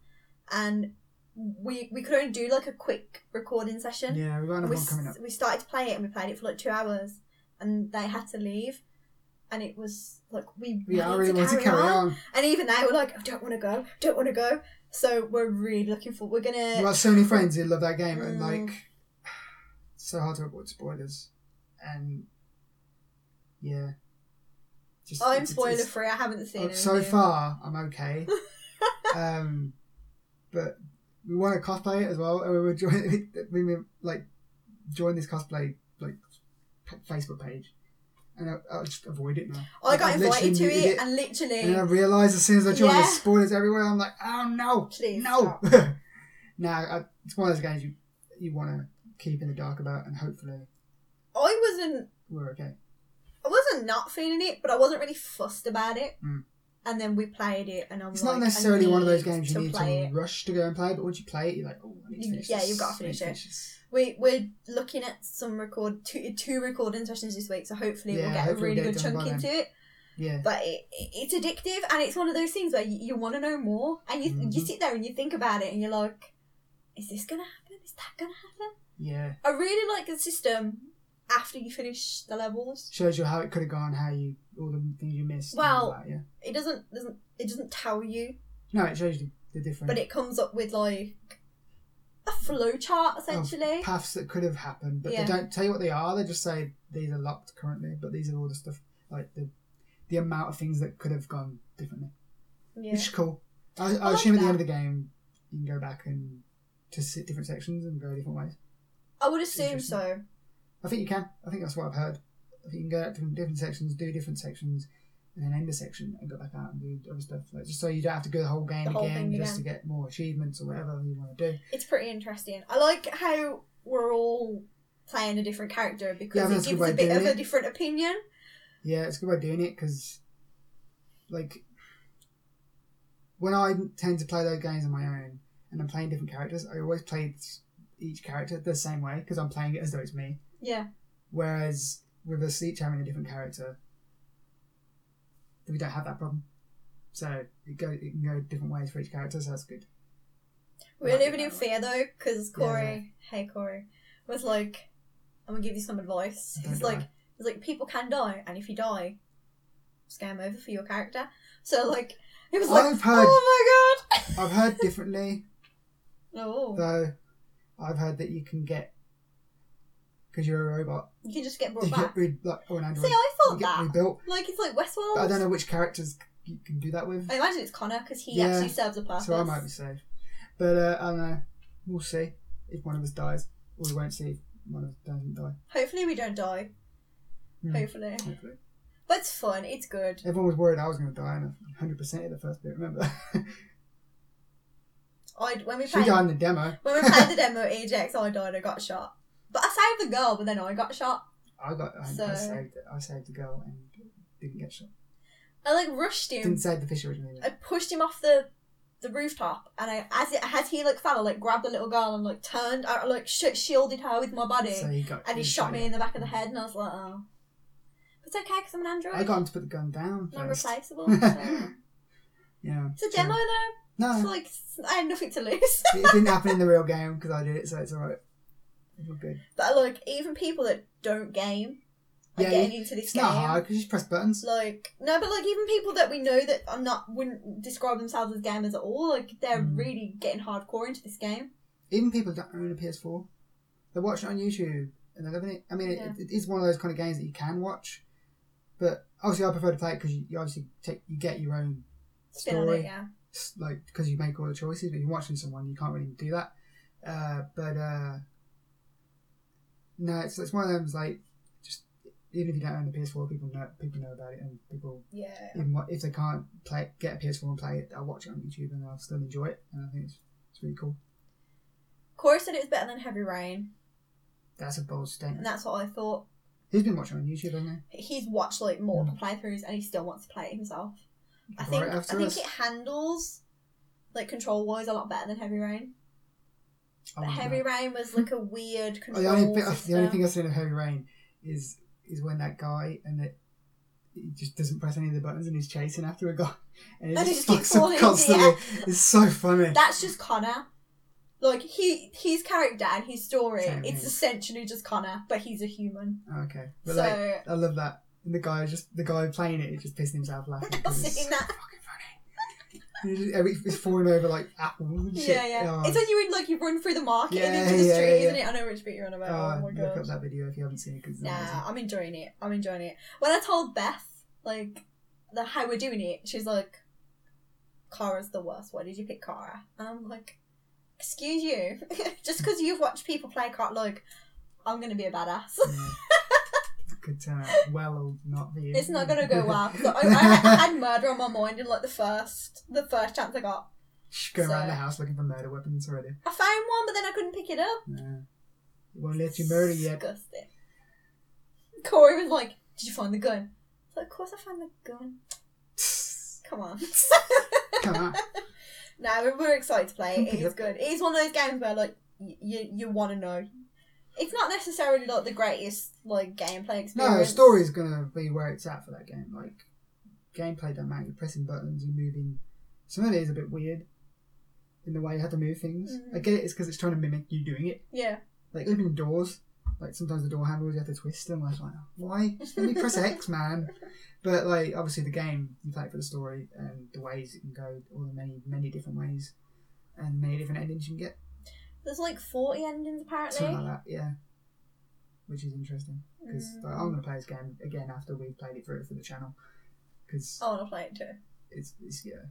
S2: and we we could only do like a quick recording session.
S1: Yeah, we've got another
S2: we,
S1: one coming up.
S2: s- we started to play it and we played it for like two hours and they had to leave and it was like we
S1: Yeah, I
S2: need
S1: really want to carry on.
S2: and even they were like I don't want to go don't want to go so we're really looking for we're
S1: We've
S2: gonna
S1: got so many friends who love that game, and
S2: Mm.
S1: like, [SIGHS] it's so hard to avoid spoilers. And yeah, just
S2: Oh, I'm
S1: it's- it's-
S2: spoiler free I haven't seen
S1: Oh,
S2: it
S1: so far, I'm
S2: [LAUGHS]
S1: okay. um, but we want to cosplay it as well, and we were join [LAUGHS] we were, like join this cosplay like p- Facebook page, and I, I'll just avoid it now.
S2: I got
S1: I've literally
S2: invited to
S1: muted
S2: it,
S1: it,
S2: and
S1: And then I
S2: literally
S1: realised as soon as I joined, there's
S2: Yeah.
S1: spoilers everywhere. I'm like, oh no,
S2: Please
S1: no.
S2: stop.
S1: [LAUGHS] no, I, it's one of those games you you want to keep in the dark about, and hopefully
S2: I wasn't
S1: we're okay.
S2: I wasn't not feeling it but I wasn't really fussed about it
S1: Mm.
S2: and then we played it and I'm
S1: It's
S2: like
S1: not necessarily
S2: I
S1: one of those
S2: need
S1: games you
S2: to
S1: need
S2: play
S1: to
S2: it.
S1: rush to go and play, but once you play it, you're like, oh, I need to finish
S2: Yeah,
S1: this.
S2: you've gotta
S1: I need to
S2: finish
S1: this.
S2: We we're looking at some record two two recording sessions this week, so hopefully
S1: Yeah,
S2: we'll get
S1: hopefully
S2: a
S1: we'll
S2: really
S1: get it
S2: good
S1: done by
S2: chunk
S1: then.
S2: into it.
S1: Yeah.
S2: But it, it, it's addictive, and it's one of those things where you, you want to know more, and you you
S1: Mhm.
S2: sit there and you think about it, and you're like, is this gonna happen? Is that gonna happen?
S1: Yeah.
S2: I really like the system after you finish the levels.
S1: Shows you how it could have gone, how you all the things you missed. and all
S2: Well-
S1: that, yeah.
S2: It doesn't doesn't it doesn't tell you,
S1: No, it shows you the different
S2: but it comes up with like a flow
S1: Oh,
S2: chart essentially.
S1: paths that could have happened, but
S2: Yeah.
S1: they don't tell you what they are. They just say these are locked currently, but these are all the stuff like the the amount of things that could have gone differently,
S2: yeah.
S1: which is cool. I, I,
S2: like
S1: assume at the
S2: that.
S1: end of the game, you can go back and to s- different sections and go different ways.
S2: I would assume
S1: Interesting.
S2: so.
S1: I think you can. I think that's what I've heard. I think you can go out to different sections, do different sections, and then end a section and go back out and do other stuff. Like just so you don't have to go the whole game
S2: The whole
S1: again
S2: thing
S1: just to get more achievements or whatever you want to do.
S2: It's pretty interesting. I like how we're all playing a different character
S1: Yeah,
S2: because
S1: that's
S2: it
S1: a
S2: gives
S1: way
S2: a
S1: of
S2: bit
S1: doing
S2: of a
S1: it.
S2: different opinion.
S1: Yeah, it's good by doing it because, like, when I tend to play those games on my own and I'm playing different characters, I always play each character the same way because I'm playing it as though it's me.
S2: Yeah.
S1: Whereas with us each having a different character, we don't have that problem. So it go it can go different ways for each character. So that's good.
S2: We
S1: Might be
S2: live in
S1: that
S2: fear though, because Corey, hey Corey, was like, "I'm gonna give you some advice."
S1: Don't
S2: He's
S1: die.
S2: like, "He's like, people can die, and if you die, it's game over for your character." So like, he was like,
S1: I've heard-
S2: "Oh my
S1: [LAUGHS]
S2: god!"
S1: I've heard differently
S2: [LAUGHS] No,
S1: though. I've heard that you can get because you're a robot.
S2: you can just get brought
S1: You
S2: back.
S1: get re- like or an
S2: See,
S1: android.
S2: I
S1: you
S2: thought
S1: get
S2: that.
S1: rebuilt.
S2: Like, it's like
S1: But
S2: Westworld.
S1: I don't know which characters you can do that with.
S2: I imagine it's Connor because he
S1: Yeah.
S2: actually serves a purpose.
S1: So I might be safe. But uh, I don't know. We'll see if one of us dies, or we won't see if one of us doesn't die.
S2: Hopefully, we don't die.
S1: Hmm.
S2: Hopefully,
S1: Hopefully.
S2: but it's fun. It's good.
S1: Everyone was worried I was going to die, and I 100% at the first bit, remember?
S2: I when we
S1: she
S2: played
S1: died in the demo.
S2: when we played the demo at EGX, I died. I got shot. But I saved the girl, but then I got shot.
S1: I got. I, I
S2: So-
S1: saved. I saved the girl and didn't get shot.
S2: I like rushed him.
S1: Didn't save the fish originally.
S2: I pushed him off the the rooftop, and I as it, as he like fell, I like grabbed the little girl and like turned, I like sh- shielded her with my body,
S1: So he got.
S2: and he shot me in the back of the head, and I was like, oh, it's okay because I'm an android,
S1: I got him to put the gun down.
S2: not
S1: first. [LAUGHS]
S2: replaceable. so.
S1: Yeah.
S2: It's a demo though. It's
S1: No,
S2: like I had nothing to lose. [LAUGHS]
S1: it didn't happen in the real game because I did it, so it's alright. It's all good.
S2: but like even people that don't game are
S1: Yeah,
S2: getting into this
S1: It's
S2: game.
S1: not hard because you just press buttons.
S2: Like no, but like even people that we know that are not wouldn't describe themselves as gamers at all. Like they're
S1: Mm.
S2: really getting hardcore into this game.
S1: Even people that own a PS4, they watch it on YouTube and they're loving it. I mean, it-
S2: Yeah.
S1: it is one of those kind of games that you can watch, but obviously I prefer to play it because you, you obviously take you get your own
S2: Spin on
S1: Story.
S2: it, yeah.
S1: s- like because you make all the choices but if you're watching someone you can't really do that uh, but uh, no it's, it's one of those like just even if you don't own the PS4 people know people know about it and people
S2: Yeah.
S1: even what- if they can't play get a PS4 and play it they'll watch it on YouTube and they'll still enjoy it and I think it's, it's really cool
S2: Corey said it was better than Heavy Rain,
S1: that's a bold
S2: and
S1: statement
S2: that's what I thought.
S1: he's been watching on YouTube hasn't
S2: He's watched like multiple playthroughs, and he still wants to play it himself.
S1: he
S2: I
S1: Mm. Right
S2: think I
S1: after
S2: think
S1: us.
S2: it handles like control wise a lot better than Heavy Rain.
S1: I
S2: But
S1: wouldn't know.
S2: Heavy Rain was like a weird
S1: Oh,
S2: control
S1: the only bit,
S2: system.
S1: the only thing I've seen of Heavy Rain is is when that guy and it he just doesn't press any of the buttons and he's chasing after a guy and
S2: And
S1: he
S2: he
S1: just
S2: just keeps
S1: fucks up
S2: falling into the
S1: constantly.
S2: [LAUGHS]
S1: It's so funny.
S2: That's just Connor. Like he his character and his story,
S1: Same
S2: it's
S1: here.
S2: essentially just Connor, but he's a human.
S1: Oh, okay, but
S2: so
S1: like I love that. And the guy just the guy playing it is just pissing himself laughing. 'cause
S2: [LAUGHS] [LAUGHS] I've
S1: it's
S2: seen that.
S1: fucking funny. And he just, every, he's falling over like apples and shit.
S2: Yeah, yeah.
S1: Oh,
S2: It's when you in like you run through the market and
S1: Yeah,
S2: into the
S1: yeah,
S2: street,
S1: yeah.
S2: isn't it? I know which bit you're on about.
S1: oh,
S2: oh my
S1: look up
S2: god.
S1: that video if you haven't seen it because
S2: Nah, I'm enjoying it. I'm enjoying it. When I told Beth like the, how we're doing it, she's like, "Cara's the worst. Why did you pick Cara?" And I'm like, "Excuse you, [LAUGHS] just because you've watched people play Cara, like, I'm gonna be a badass." [LAUGHS]
S1: could turn out well or not for you.
S2: It's not gonna go well.
S1: [LAUGHS]
S2: 'cause I, I, I had murder on my mind in like the first, the first chance I got.
S1: Shh, Going around
S2: So-
S1: the house looking for murder weapons already.
S2: I found one, but then I couldn't pick it up.
S1: Nah. Won't let you murder
S2: [LAUGHS]
S1: yet.
S2: Disgusting. Corey was like, "Did you find the gun?" I was like, "Of course I found the gun. Come on." [LAUGHS]
S1: Come on.
S2: no, we're, we're excited to play it. It
S1: Pick it [LAUGHS]
S2: is
S1: up.
S2: good. It's one of those games where like y- you you want to know. It's not necessarily like the greatest like gameplay experience.
S1: No, story's gonna be where it's at for that game. Like gameplay don't matter. You're pressing buttons, you're moving. Some of it is a bit weird in the way you have to move things.
S2: Mhm.
S1: I get it. It's because it's trying to mimic you doing it.
S2: Yeah.
S1: Like opening doors. Like sometimes the door handles you have to twist them. I was like, why? Just Let me press X, man. But like obviously the game you play it for the story and the ways it can go, all the many many different ways and many different endings you can get.
S2: There's like 40 endings apparently.
S1: Something like that, yeah. Which is interesting. because
S2: Mm.
S1: like, I'm gonna play this game again after we played it through for the channel because
S2: I want to play it too.
S1: it's, it's yeah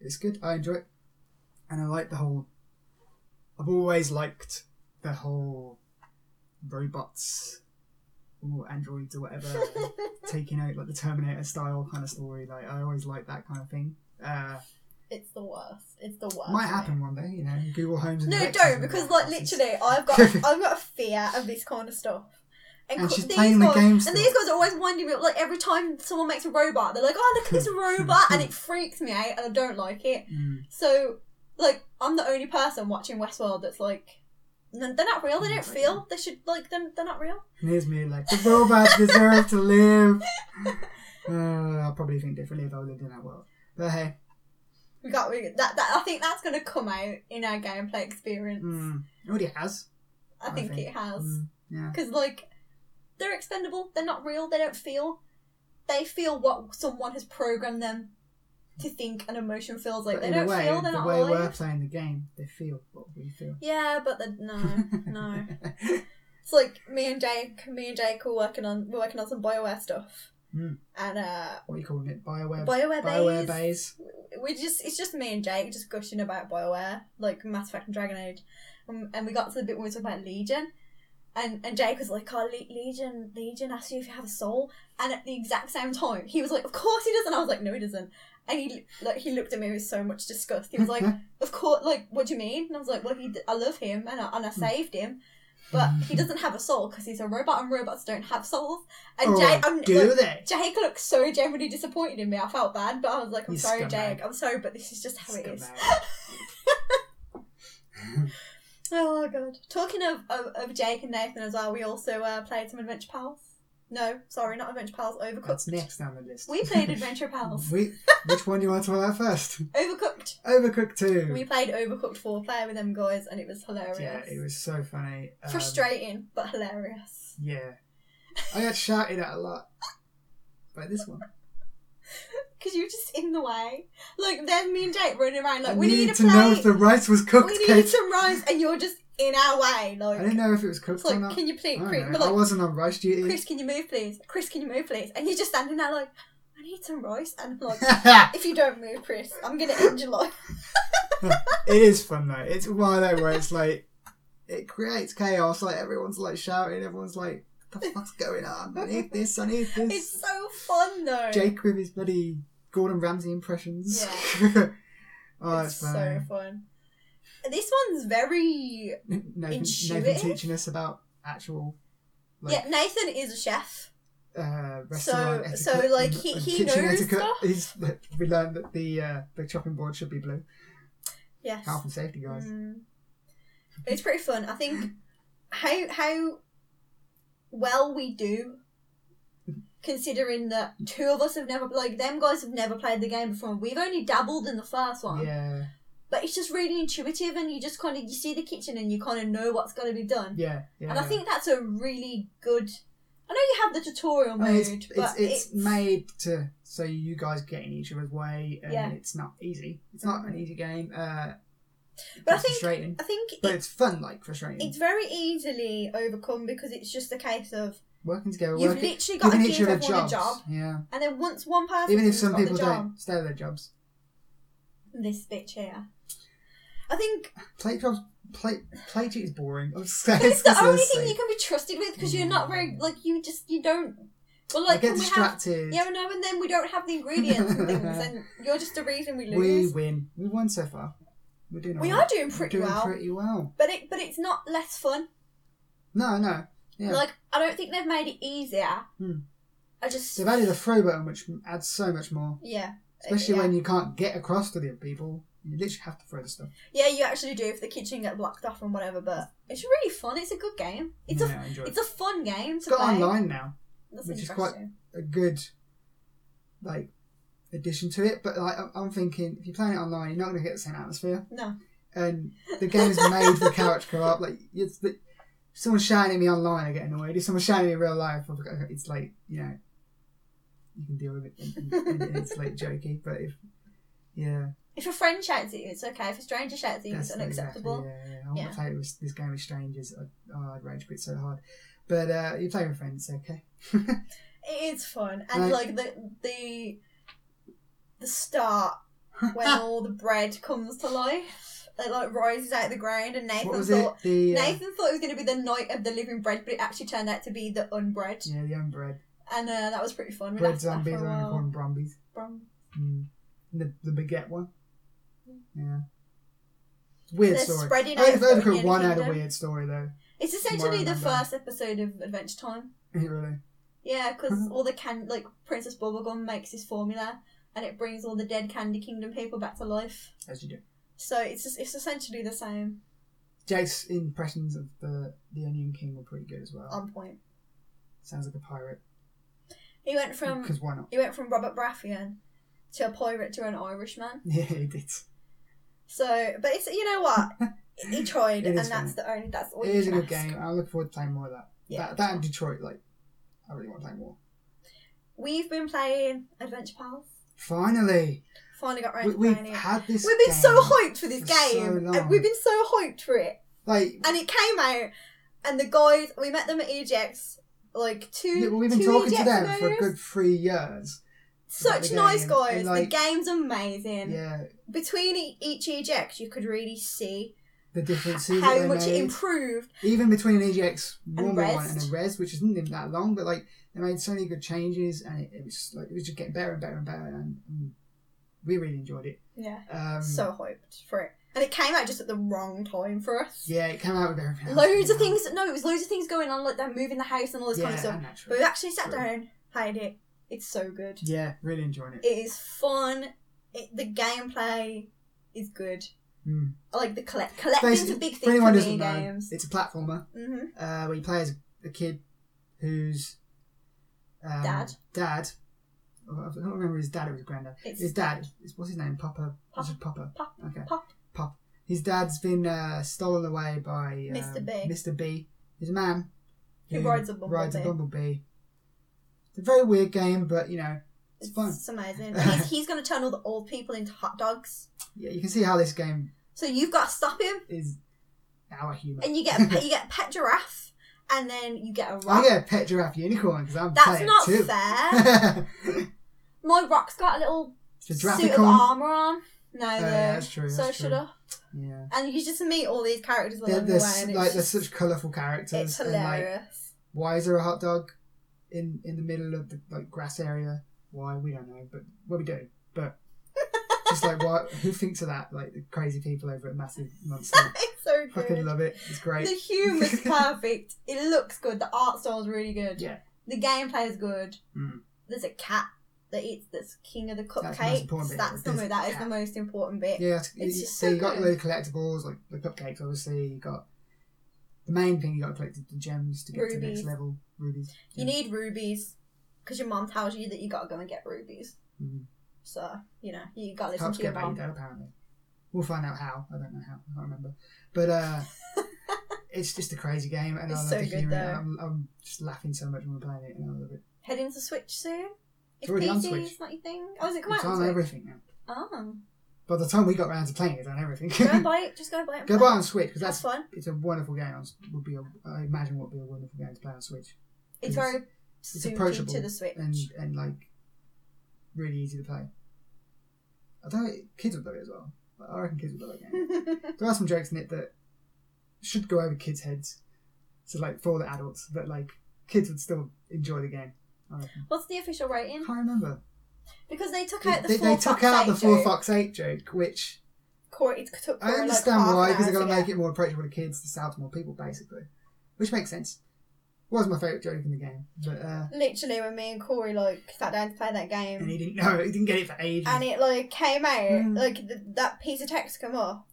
S1: it's good. I enjoy it, and I like the whole. I've always liked the whole robots or androids or
S2: [LAUGHS]
S1: whatever taking out like the Terminator style kind of story. Like I always like that kind of thing. Uh,
S2: It's the worst. It's the worst.
S1: might
S2: mate.
S1: happen one day, you know. Google Homes. and
S2: No,
S1: Alexas
S2: don't
S1: and
S2: because
S1: all
S2: like
S1: that. It's-
S2: literally, I've
S1: [LAUGHS]
S2: got I've got a fear of this kind of stuff.
S1: And
S2: co-
S1: she's
S2: these
S1: playing the
S2: guys,
S1: game still.
S2: And these guys are always winding me up. Like every time someone makes a robot, they're like, "Oh, look
S1: [LAUGHS]
S2: at this robot," and it freaks me out, and I don't like it.
S1: Mm.
S2: So, like, I'm the only person watching Westworld that's like, "No, they're not
S1: Oh
S2: real. They don't feel. They should like them. They're not real."
S1: And here's me like the robots deserve to
S2: [LAUGHS]
S1: live. Uh, I'll probably think differently if I lived in that world. But hey,
S2: We got we, that, that. I think that's gonna come out in our gameplay experience.
S1: mm, it already has.
S2: I, think it has.
S1: Mm, yeah.
S2: Because, like, they're expendable, they're not real, they don't feel. They feel what someone has programmed them to think an emotion feels like.
S1: But
S2: they
S1: in
S2: don't
S1: a way,
S2: feel, they're
S1: the
S2: not
S1: way
S2: alive.
S1: we're playing the game, they feel what we feel.
S2: Yeah, but they're,
S1: [LAUGHS]
S2: no, no. It's like me and Jake, me and Jake are working on, we're working on some Bioware stuff.
S1: Hmm.
S2: And, uh,
S1: what are you calling it? Bioware.
S2: Bioware,
S1: Bioware
S2: Bioware
S1: Bays.
S2: we just it's just me and Jake just gushing about Bioware, like Mass Effect and Dragon Age, um, and we got to the bit when we talk about Legion, and and Jake was like, "Oh, Le- Legion, Legion asks you if you have a soul," and at the exact same time, he was like, "Of course he doesn't." I was like, "No, he doesn't." And he like he looked at me with so much disgust. He
S1: [LAUGHS]
S2: was like, "Of course, like what do you mean?" And I was like, "Well, he, d- I love him, and I, and I saved him." But he doesn't have a soul because he's a robot, and robots don't have souls. And
S1: Or
S2: Jake, I'm,
S1: do
S2: like,
S1: they?
S2: Jake looked so genuinely disappointed in me. I felt bad, but I was like, I'm
S1: You
S2: sorry,
S1: scumbag.
S2: Jake. I'm sorry, but this is just how it is.
S1: Scumbag.
S2: [LAUGHS] Oh, God. Talking of, of, of Jake and Nathan as well, we also uh, played some Adventure Pals. No, sorry, not Adventure Pals,
S1: That's
S2: Overcooked.
S1: next on the list.
S2: We played Adventure Pals.
S1: [LAUGHS] We, which one do you want to talk about first?
S2: Overcooked.
S1: Overcooked 2.
S2: We played Overcooked 4 player with them guys, and it was hilarious.
S1: yeah, it was so funny. Um,
S2: Frustrating, but hilarious.
S1: Yeah. I got shouted at a lot. Like this one.
S2: Because you're just in the way. Like, then me and Jake running around, like,
S1: I
S2: we need
S1: needed
S2: a
S1: to know if
S2: plate.
S1: the rice was cooked,
S2: We need
S1: Kate.
S2: some rice, and you're just in our
S1: I
S2: way. Like,
S1: didn't know if it was cooked
S2: it's
S1: or
S2: like,
S1: not.
S2: can you please,
S1: I, don't
S2: please?
S1: know.
S2: We're
S1: I
S2: like,
S1: wasn't on rice duty.
S2: Chris, can you move, please? Chris, can you move, please? And you're just standing there like, I need some rice. And
S1: [LAUGHS]
S2: I'm like,
S1: it
S2: if you don't move, Chris, I'm going to end
S1: [LAUGHS]
S2: your life.
S1: is fun though. It's one of those where it's like it creates chaos. Like everyone's like shouting. Everyone's like, "What the fuck's going on? I need this. I need this."
S2: It's so fun, though.
S1: Jake with his bloody Gordon Ramsay impressions. [LAUGHS] oh,
S2: it's
S1: it's
S2: so
S1: funny.
S2: fun. This one's very.
S1: Nathan, Nathan
S2: intuitive.
S1: teaching us about actual
S2: yeah, Nathan is a chef.
S1: uh, restaurant
S2: so,
S1: etiquette
S2: like,
S1: and-
S2: he-
S1: and
S2: he
S1: kitchen
S2: knows
S1: etiquette.
S2: stuff.
S1: He's, [LAUGHS] we learned that the uh, the chopping board should be blue.
S2: Yes.
S1: Health and safety guys.
S2: Mm. It's pretty fun. I think how how well we do, considering that two of us have never like them guys have never played the game before. We've only dabbled in the first one.
S1: Yeah,
S2: but it's just really intuitive and you just kind of you see the kitchen and you kind of know what's going to be done
S1: yeah, yeah.
S2: and i think that's a really good i know you have the tutorial
S1: I mean,
S2: mode
S1: Oh, it's,
S2: but
S1: it's, it's made to so you guys get in each other's way, and
S2: Yeah.
S1: it's not easy. It's not an easy game. Uh,
S2: But I
S1: it's
S2: think-
S1: frustrating,
S2: i think
S1: but
S2: it,
S1: it's fun. Like frustrating,
S2: it's very easily overcome because it's just a case of
S1: working together,
S2: you've
S1: working,
S2: literally got to
S1: giving
S2: give
S1: each other
S2: everyone
S1: jobs.
S2: a job
S1: Yeah,
S2: and then once one person
S1: even if
S2: has
S1: some
S2: got the
S1: people
S2: job,
S1: don't stay at their jobs,
S2: this bitch here i
S1: [LAUGHS]
S2: think
S1: play jobs, play play cheat is boring. [LAUGHS] I'm scared.
S2: [LAUGHS] it's the only thing you can be trusted with because you're not very like you just you don't well
S1: I
S2: like
S1: get
S2: can we have
S1: distracted.
S2: Yeah, no, and then we don't have the ingredients and things,
S1: [LAUGHS]
S2: and you're just the reason we
S1: we
S2: lose.
S1: win. We won so far. We're doing.
S2: We
S1: alright.
S2: are doing
S1: We're
S2: pretty
S1: doing
S2: well,
S1: pretty well.
S2: but it but it's not less fun.
S1: No, no. Yeah.
S2: Like I don't think they've made it easier.
S1: Hmm.
S2: I just
S1: They've added a throw button, which adds so much more.
S2: yeah,
S1: Especially
S2: yeah.
S1: when you can't get across to the other people. You literally have to throw the stuff.
S2: yeah you actually do if the kitchen get blocked off and whatever. But it's really fun. It's a good game. It's
S1: yeah, I enjoy
S2: a
S1: it.
S2: it's a fun game
S1: It's
S2: to
S1: got
S2: play.
S1: online now.
S2: That's
S1: which is
S2: interesting.
S1: A good, like, addition to it. But, like, I'm- I'm thinking, if you're playing it online, you're not going to get the same atmosphere.
S2: No.
S1: And the game is made for couch co-op. Like, it's the, if someone's shouting at me online, I get annoyed. If someone's shouting at me in real life, I'm like, it's like, you know, you can deal with it. And, and- and it's, like, [LAUGHS] jokey. But if, yeah.
S2: If a friend shouts at you, it's okay. If a stranger shouts at you, it's
S1: That's not
S2: unacceptable.
S1: Exactly, yeah, yeah. I want
S2: Yeah.
S1: to play it with this game with strangers. I'd, oh, I'd rage quit so hard. But uh, you play with friends, it's okay.
S2: It is fun, and
S1: Right. [LAUGHS]
S2: like the the the start when all the bread comes to life. It like rises out of the ground, and Nathan
S1: what was it?
S2: thought
S1: The uh,
S2: Nathan thought it was going to be the night of the living bread, but it actually turned out to be the unbread,
S1: yeah, the unbread
S2: and uh, that was pretty fun. We
S1: bread
S2: laughed at that
S1: zombies. I'm
S2: for a
S1: gonna call
S2: while.
S1: them brumbies.
S2: Brum.
S1: Mm. And The the baguette one. Yeah. Weird
S2: They're
S1: story.
S2: spreading
S1: I think if
S2: out
S1: I
S2: through
S1: could
S2: the
S1: one had a
S2: kingdom.
S1: weird story though. [LAUGHS]
S2: It's essentially the
S1: Tomorrowland.
S2: first episode of Adventure Time.
S1: It really. [LAUGHS]
S2: Yeah, because all the can like Princess Bubblegum makes this formula, and it brings all the dead Candy Kingdom people back to life.
S1: As you do.
S2: So it's just, it's essentially the same
S1: Jake's impressions of the the Onion King were pretty good as well.
S2: on point.
S1: Sounds like a pirate.
S2: He went from
S1: Because why not? [LAUGHS]
S2: he went from Robert Baratheon to a pirate to an Irishman.
S1: Yeah, he did.
S2: So, but it's you know what
S1: [LAUGHS]
S2: he tried,
S1: It
S2: and
S1: is
S2: that's the only that's all.
S1: It
S2: you
S1: is a
S2: can
S1: good
S2: ask.
S1: game. I look forward to playing more of that.
S2: Yeah.
S1: That, that and Detroit, like, I really want to play more.
S2: We've been playing Adventure Pals.
S1: Finally,
S2: Finally got
S1: we,
S2: around to
S1: we've
S2: playing it.
S1: had this.
S2: We've been so
S1: game
S2: hyped for this
S1: for so
S2: game,
S1: long.
S2: and we've been so hyped for it.
S1: Like,
S2: and it came out, and the guys we met them at EGX like two.
S1: yeah, well, we've been
S2: two
S1: talking
S2: EGX
S1: to them for a
S2: ago.
S1: good three years.
S2: Such
S1: the
S2: nice
S1: game,
S2: guys.
S1: and, like-
S2: the game's amazing.
S1: Yeah,
S2: Between e- each EGX, you could really see
S1: the differences that
S2: how
S1: they
S2: much it
S1: made.
S2: improved.
S1: Even between an EGX one
S2: And
S1: more one
S2: Rest.
S1: and a Res, which isn't even that long, but like they made so many good changes, and it, it was just, like it was just getting better and better and better, and, and we really enjoyed it.
S2: Yeah,
S1: Um,
S2: so hyped for it, and it came out just at the wrong time for us.
S1: yeah, it came out with everything. else
S2: Loads of
S1: going on.
S2: things. No, it was loads of things going on, like they're moving the house and all this
S1: Yeah,
S2: kind of stuff.
S1: and natural.
S2: But we actually sat
S1: True.
S2: down, played it. It's so good.
S1: Yeah, really enjoying it.
S2: It is fun. It, the gameplay is good.
S1: Mm.
S2: I like the collect collecting's
S1: Basically,
S2: a big
S1: For
S2: thing for
S1: anyone who
S2: me in
S1: doesn't know,
S2: games.
S1: it's a platformer
S2: hmm
S1: uh, where you play as a kid who's um,
S2: Dad.
S1: Dad. Oh, I don't remember his dad. It was granddad.
S2: It's
S1: His dad. Is, what's his name? Papa.
S2: Papa.
S1: Is it Papa.
S2: Pop,
S1: Okay.
S2: pop.
S1: Pop. His dad's been uh, stolen away by um,
S2: Mr. B.
S1: Mr. B. His man.
S2: Who rides a
S1: rides a
S2: bumblebee.
S1: bumblebee. It's a very weird game, but you know, it's fun.
S2: It's amazing.
S1: [LAUGHS]
S2: And he's, he's going to turn all the old people into hot dogs.
S1: Yeah, you can see how this game
S2: So you've got to stop him,
S1: is our humour.
S2: and you get a pet, you get a pet giraffe, and then you get a
S1: I
S2: rock.
S1: get a pet giraffe unicorn because I'm
S2: That's
S1: playing
S2: not
S1: too. [LAUGHS]
S2: fair.
S1: the
S2: My rock's got a little suit of
S1: Drapicorn.
S2: armor on. No,
S1: Oh, yeah,
S2: the
S1: that's true,
S2: so
S1: that's
S2: should
S1: true.
S2: I?
S1: Yeah.
S2: And you just meet all these characters along
S1: They're,
S2: the
S1: they're
S2: way,
S1: s-
S2: and it's,
S1: like they're
S2: just,
S1: such colourful characters.
S2: it's
S1: And like,
S2: hilarious. [LAUGHS]
S1: why is there a hot dog in in the middle of the like grass area? Why we don't know, but well, we do.
S2: [LAUGHS]
S1: But just like what? Who thinks of that? Like the crazy people over at Massive
S2: [LAUGHS]
S1: Monster.
S2: it's so good.
S1: Fucking love it. It's great. [LAUGHS]
S2: The humour's perfect. It looks good. The art style's really good.
S1: Yeah.
S2: The gameplay is good.
S1: Mm.
S2: There's a cat that eats that's king of the
S1: That's
S2: cupcakes.
S1: the most important bit.
S2: That's the
S1: There's
S2: mo-
S1: a
S2: that is
S1: cat.
S2: the most important bit.
S1: Yeah, it's,
S2: It's
S1: you-
S2: just
S1: so
S2: so
S1: you got
S2: good.
S1: the collectibles like the cupcakes. Obviously, you got the main thing you got to collect is the gems to get to the next
S2: Rubies.
S1: level. Rubies.
S2: You need rubies because your mom tells you that you gotta go and get rubies.
S1: Mhm.
S2: So you know you gotta listen
S1: helps
S2: to your
S1: get back
S2: mom.
S1: that apparently. We'll find out how. I don't know how. I can't remember. But
S2: [LAUGHS]
S1: uh, it's just a crazy game, and
S2: It's
S1: I love
S2: so
S1: the
S2: good,
S1: humour in it.
S2: though.
S1: I'm, I'm just laughing so much when we're playing it, and I love it.
S2: Heading to Switch soon. If
S1: already on
S2: PC
S1: Switch.
S2: is not your thing, oh, is it come
S1: It's
S2: out?
S1: on
S2: on Switch?
S1: everything now. [LAUGHS]
S2: Oh,
S1: By the time we got round to playing it, it's on everything. [LAUGHS]
S2: go and buy it. Just go and buy it. and
S1: Go
S2: play
S1: buy
S2: it.
S1: it on Switch because
S2: That's
S1: that's
S2: fun.
S1: it's a wonderful game. on s- Would be a, I imagine would be a wonderful game to play on Switch
S2: It's
S1: it's-
S2: very suited
S1: approachable
S2: to the Switch.
S1: and and like really easy to play. I don't. Kids would love it as well. I reckon kids would love that game. there are some jokes in it that should go over kids' heads. So like for the adults, but like kids would still enjoy the game. I reckon.
S2: [LAUGHS] What's the official rating?
S1: Can't remember.
S2: Because they took
S1: They,
S2: out the
S1: they-
S2: four
S1: they took
S2: fox
S1: out
S2: eight
S1: the four
S2: joke.
S1: fox eight joke, which
S2: Corey, it took
S1: I
S2: Corey
S1: understand
S2: like
S1: why,
S2: half
S1: because
S2: an
S1: they're
S2: hour
S1: gonna
S2: to
S1: make
S2: get.
S1: it more approachable to kids to sell to more people, basically, which makes sense. Was my favorite joke in the game, but uh,
S2: Literally, when me and Corey like sat down to play
S1: and
S2: that game,
S1: he didn't know he didn't get it for ages.
S2: and it like came out
S1: Mm.
S2: like th- that piece of text come up,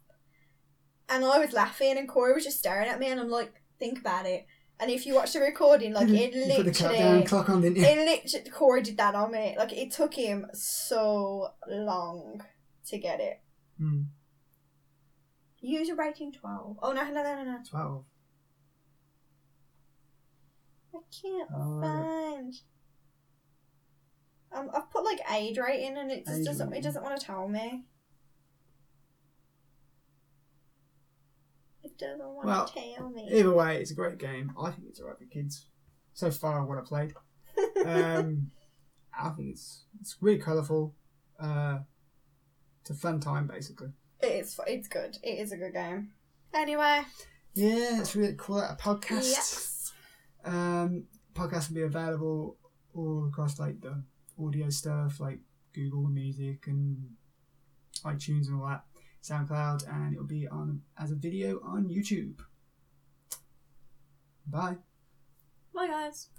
S2: and I was laughing, and Corey was just staring at me, and I'm like, think about it. And if you watch the recording,
S1: [LAUGHS]
S2: like it
S1: You put the countdown
S2: literally,
S1: clock on, didn't you?
S2: it literally, Corey did that on me. Like it took him so long to get it.
S1: Hmm,
S2: User rating twelve. Oh no no no no no!
S1: Twelve.
S2: I can't
S1: Oh,
S2: find. Um, I've put like age rating, and it just
S1: Age
S2: doesn't. It
S1: rating.
S2: doesn't want to tell me. It doesn't want
S1: Well,
S2: to tell me.
S1: Either way, it's a great game. I think it's alright for kids. So far, what I [LAUGHS] played, um, I think it's it's really colourful. Uh, It's a fun time, basically.
S2: It's it's good. It is a good game. Anyway,
S1: Yeah, let's really call that a podcast.
S2: yes.
S1: Um, podcasts will be available all across like the audio stuff, like Google Music and iTunes and all that, SoundCloud, and it'll be on as a video on YouTube. Bye.
S2: Bye guys.